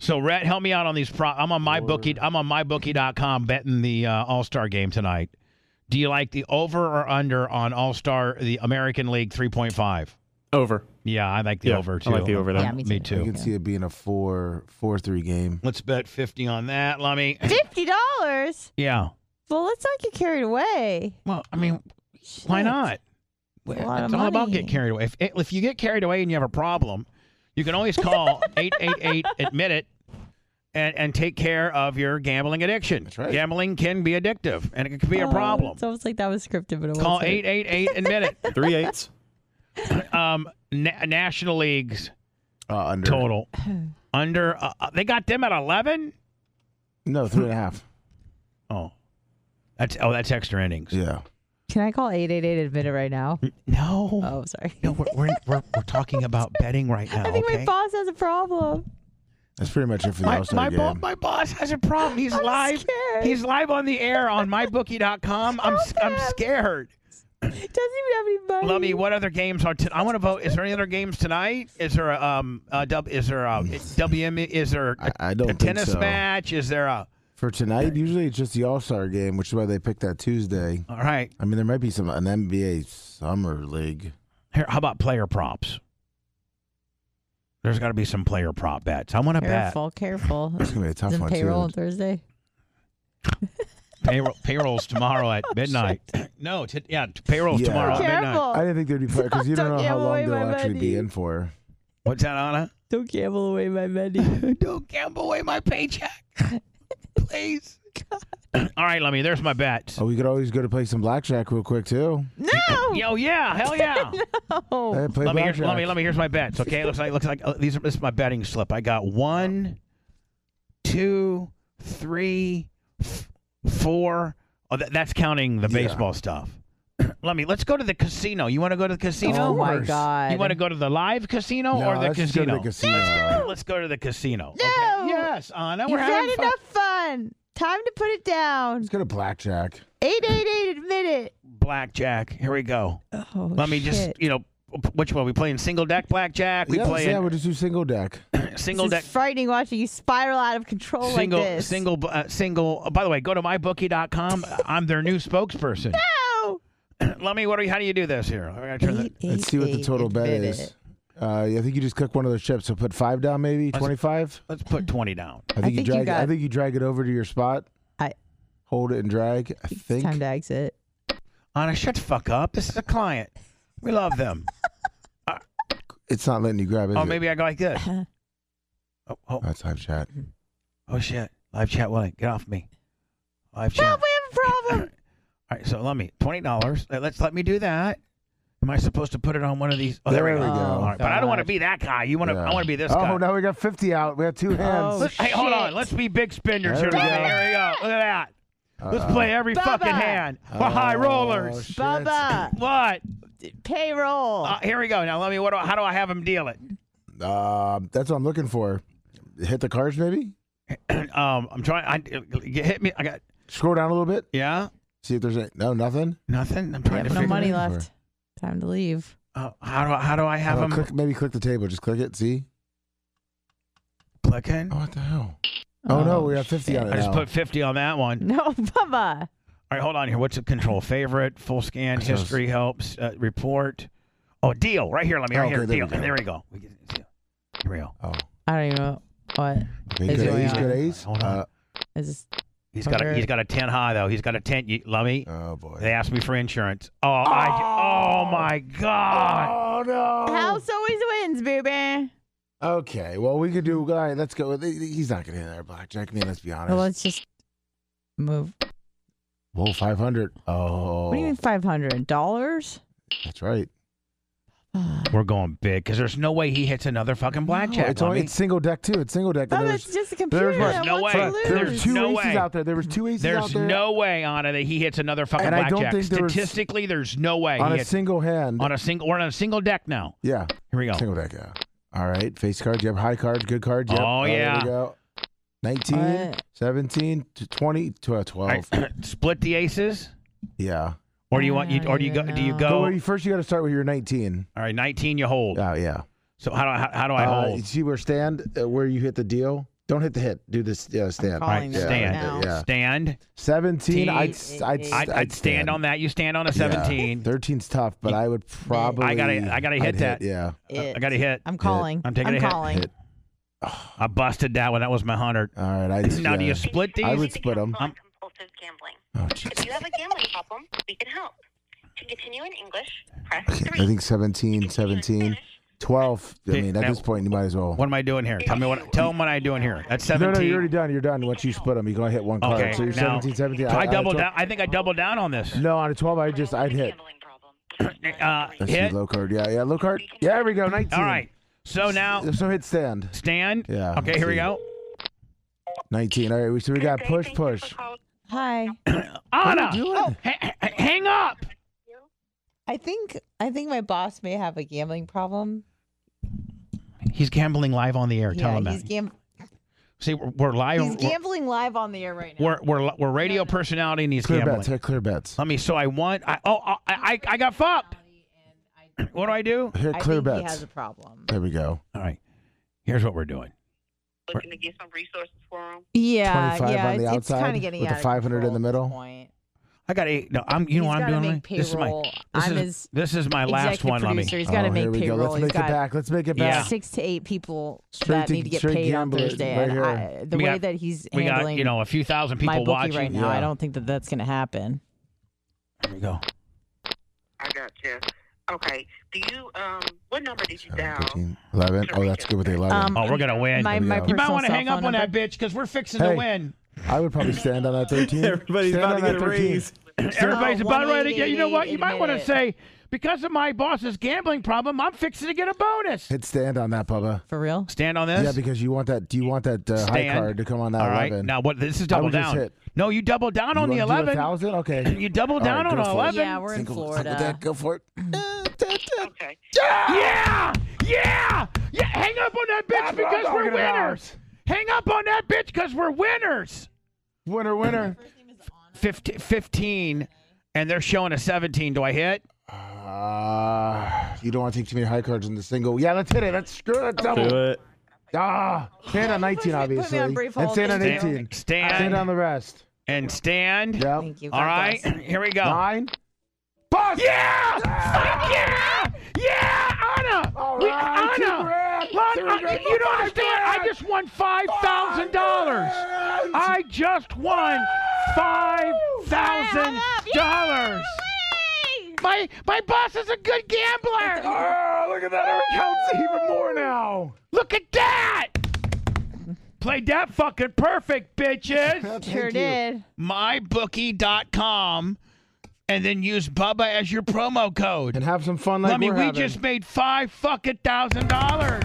So, Rhett, help me out on these. Pro- I'm on my bookie. I'm on mybookie.com betting the uh, All Star game tonight. Do you like the over or under on All Star the American League 3.5? (laughs) Over. Yeah, I like the Yeah, over I too. like the over there. Yeah, me too. Me I too. can see it being a four four three game. Let's bet 50 on that, Lummy. $50? yeah. Well, let's not get carried away. Well, I mean, why Shit. not? It's a lot of it's all about money. get carried away. If if you get carried away and you have a problem, you can always (laughs) call 888 admit it and and take care of your gambling addiction. That's right. Gambling can be addictive and it can be a Oh, problem. It's almost like that was scripted, but it Call wasn't. 888 and minute. Three eights. (laughs) Um, na- National League's Uh, under (clears throat) total under uh, uh, they got them at 11? No, three and (laughs) a half. Oh. That's oh, that's extra innings. Yeah. Can I call 888 admit it right now? No. Oh, sorry. No, we're, we're, we're we're talking about betting right now, (laughs) I think my okay? boss has a problem. That's pretty much it for the my, All Star my, game. bo- my boss has a problem. He's I'm live. scared. He's live on the air on mybookie.com. I'm s- I'm Stop him. scared. Doesn't even have any money. Lummy, what other games are? T- I want to vote. Is there any other games tonight? Is there a, um a dub? Is there a WM? Is there a, I- I don't a think tennis so. match? Is there a for tonight, usually it's just the All Star game, which is why they picked that Tuesday. all right? I mean, there might be some an NBA summer league. (clears throat) Here, how about player props? There's got to be some player prop bets. I want to bet Careful, (laughs) careful. It's gonna be a tough Then one payroll on too. Thursday. payroll payrolls tomorrow (laughs) at midnight. no, t- yeah, t- payrolls Yeah. tomorrow at midnight. Careful. I didn't (laughs) think there'd be because you don't Don't know how give long away they'll my actually be money. in for. What's that, Anna? Don't gamble away my money. (laughs) Don't gamble away my (laughs) paycheck, please. All right, Lemmy. There's my bet. Oh, we could always go to play some blackjack real quick too. no. Oh. Yo, yeah, hell (laughs) yeah. no. Hey, play let me hear, blackjack. let me let me here's my bets. Okay, looks like looks like uh, these are this is my betting slip. I got one, two, three, f- four. Oh, that, that's counting the Yeah. baseball stuff. (clears throat) let me let's go to the casino. You want to go to the Oh casino? my worse. god. you want to go to the live casino No, or the let's just go to casino? the casino. Let's go to the casino. No! Okay. Yes, Anna, we're You've having had fun. enough fun. Time to put it down. Let's go to blackjack. 888 admit it. Blackjack. Here we go. Oh, Let me just you know which one we playing single deck blackjack. We yeah, playing yeah, we'll just do single deck. single deck. frightening watching you spiral out of control single Oh, like this. single uh, single uh, by the way go to mybookie.com i'm their new (laughs) spokesperson No. let me what do you, how do you do this here i'm gonna turn the, Let's see what the total bet is. Uh, yeah, I think you just click one of those chips. So put five down, maybe Let's- twenty five. let's put 20 down I think, you think you drag. I got- think you drag it over to your spot. I- hold it and drag. I It's think. time (laughs) to exit. anna shut the fuck up this is a client we love them It's not letting you grab it. oh is it? maybe i go like this Uh-huh. oh, oh, That's time chat. oh shit live chat willing get off me live chat Help, we have (laughs) a problem. all right so let me $20 Uh, let's let me do that am i supposed to put it on one of these oh there, we There go we go. all right, but i don't want to God. be that guy you want to Yeah. i want to be this oh, guy now we got fifty out. We have two hands. Oh, Let's- hey, hold on. shit. Let's be big spenders There here. we today. go. Here we go. Look at that. Uh, Let's play every Bubba. fucking hand. We're high Oh, rollers. shit. Bubba, What? payroll. Uh, here we go. Now let me. What? Do, I- how do I have him deal it? Uh, that's what I'm looking for. Hit the cards, maybe. um, I'm trying. I get hit me. I got. Scroll down a little bit. Yeah. See if there's any, no nothing. Nothing. I'm we trying have to no figure. money it out left. Time to leave. Uh, how do I, How do I have Oh, him click, maybe click the table. Just click it. See. clicking? Oh, what the hell? Oh, no, we have fifty shit. on it I just now. put 50 on that one. (laughs) No, Bubba. All right, hold on here. What's the control? Favorite, full scan, That's what I was- history helps, uh, report. Oh, deal. Right here. Let me. Right Okay, here. there we Deal. go. There we go. We get, here we go. oh, I don't even know what okay, Is good going ace, on. good ace. Hold on. Uh, is this. He's got a Alright. he's got a ten high though. He's got a ten. You, Lummy, oh boy. they asked me for insurance. Oh, I, oh my god! Oh no. House always wins, baby. Okay, well we could do. All right, let's go. with- He's not gonna hit our blackjack. I mean, let's be honest. Well, let's just move. Whoa, five hundred. Oh, What do you mean five hundred dollars? that's right. We're going big because there's no way he hits another fucking blackjack. Oh, it's, only, Lummi. it's single deck too. It's single Oh, deck. and Bubba, there's- it's just a computer. there's that no wants way. to Fuck, there was lose. two no aces way. out there. There was two aces out there's there no way, Anna, that he hits another fucking And I don't blackjack. think there was- Statistically, there's no way on he a hits single hand. on a single. We're on a single deck now. yeah, Here we go. single deck. Yeah. All right, face cards. Yep, high cards, good cards. Yep. Oh, there we yeah. go. 19, Alright. 17, t- 20, tw- uh, 12. All right, (clears throat) Split the aces, Yeah. or do you I want you? don't Or do you go? even Do you know. go? But wait, first, you got to start with your 19. All right, 19. You hold. Oh, yeah. So how do I, how, how do I Uh, hold? you see where stand, uh, where you hit the deal? Don't hit the hit. Do this yeah, stand. All right, calling them stand, now. Yeah. stand. 17, I'd, Eight, I'd, eight, I'd, I'd stand on that. You stand on a 17. 13's tough, but I would probably. I gotta- I gotta I'd hit that. yeah. I- I got a hit. I'm calling. I'm taking a hit. calling. Hit. I busted that one. That was my hundred. All right. I'd, Now, do yeah. you split these? I would split them. I'm- compulsive gambling. Oh, jeez. If you have a gambling problem, we can help. To continue in English, press Okay, 3. I think 17, 17, 12. I Dude, mean, at now- this point, you might as well. What am I doing here? Tell me what. Tell them what I'm doing here. That's no, no, seventeen. you're already done. You're done. Once you split them, you're going to hit one card. Okay, so you're now- 17, 17. I on a doubled down. 12 I think I doubled down on this. No, on a 12, I just, I'd hit. Gambling (clears throat) problem. press Uh, three. Let's hit. see, low card. Yeah, yeah, low card. Yeah, there we go. 19. All right. So now There's no hit stand. stand. Yeah, Okay. Here we go. 19. All right. So we got Good day, push, thank you for push. calling. Hi. Anna. doing? Oh, ha- ha- hang up. I think I think my boss may have a gambling problem. He's gambling live on the air. Tell him yeah, he's that. gam- See, we're, we're live. he's we're, gambling live on the air right now. we're, we're we're radio personality and he's Clear gambling. bets. Hit clear bets. Let me. So I want. I, oh, I, I I got fucked. What do I do? Hit I clear think he bets. has a problem. There we go. All right. Here's what we're doing. Looking to get some resources for him. Yeah, 25 yeah. on the it's, it's outside kind of getting with the out of 500 in control the at this middle. point. I got eight. No, I'm. You know He's what I'm gotta doing? make Lemmy? This is my. payroll. This I'm is his this is my last Executive one, Lemmy. Producer. He's got to Oh, make here we go. payroll. Let's He's make it got back. Let's make it Yeah. back. six to eight people Straight that to- need to get straight paid on gambling Thursday. right and here. I, the We way got- that he's We got handling you know a few thousand my people bookie watching. right now, I Yeah. don't think that that's going to happen. There we go. I got you. Okay. Do you um? What number did you dial? 13, 11. Oh, that's good with the 11. Um, Oh, we're gonna win. My, Here we my go. you might personal want to cell hang up phone on that number- bitch because we're fixing to Hey. win. I would probably stand on (laughs) that 13. (laughs) Everybody's Stand about on to get that a 13. raise. Everybody's Oh, about right. Yeah, you know what? 188, You might want to admit say it. because of my boss's gambling problem, I'm fixing to get a bonus. Hit stand on that, Bubba. For real? Stand on this. Yeah, because you want that. Do you want that uh, high Stand. card to come on that All right. 11? Now what? This is I double would just down. hit. No, you double down on you the wanna do a 11. thousand? Okay. (clears throat) You double All down right, on go an for it. 11. Yeah, we're in Single- single Florida. dad, Go for it. Uh, dad, dad. Okay. Yeah! Yeah! Yeah! Hang up on that bitch That's what I'm because we're talking about. winners! Hang up on that bitch because we're winners! Winner, winner. 15, 15, and they're showing a 17. Do I hit? Uh, you don't want to take too many high cards in the single. Yeah, let's hit it. Let's screw it. Do Double. it. Ah, stand on 19, Put me on obviously. brief and hold. stand on Thank you. 18. Stand Stand on the rest. and stand. Yep. Thank you. All God right, (laughs) bless. here we go. Nine. Yeah! Fuck yeah! Yeah! Anna! All We- right, two Anna! grand, Lon- two I- grand, you don't five understand. I grand. just won $5,000. I just won $5,000. My my boss is a good (laughs) gambler. Oh, look at that. It counts even more now. Look at that! Played that fucking perfect, (laughs) bitches. Thank Sure you. did. MyBookie.com and then use Bubba as your promo code. And have some fun like Let me. we're we having. just made five fucking thousand dollars.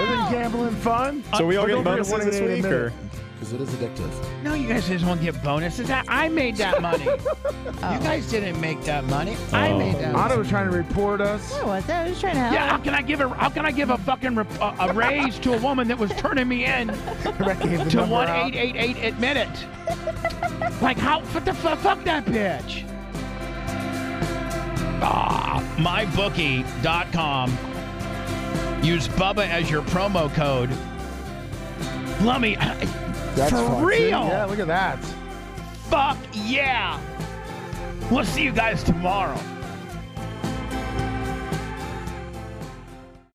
Isn't gambling fun? So we all But don't forget get bonuses this 188 a week, minute, or 'cause it is addictive. No, you guys just won't get bonuses. I, I made that (laughs) money. You guys didn't make that money. I made that. money. Otto was trying to report us. I was. I was trying to help. Oh. Yeah, how can I give a how can I give a fucking rep, a, a raise to a woman that was turning me in Brett gave (laughs) the to number one out. eight eight eight at minute? Like how what the fuck fuck that bitch? Ah, mybookie.com. Use Bubba as your promo code. Lummy, (laughs) That's for fun, see? real. Yeah, look at that. Fuck yeah! We'll see you guys tomorrow.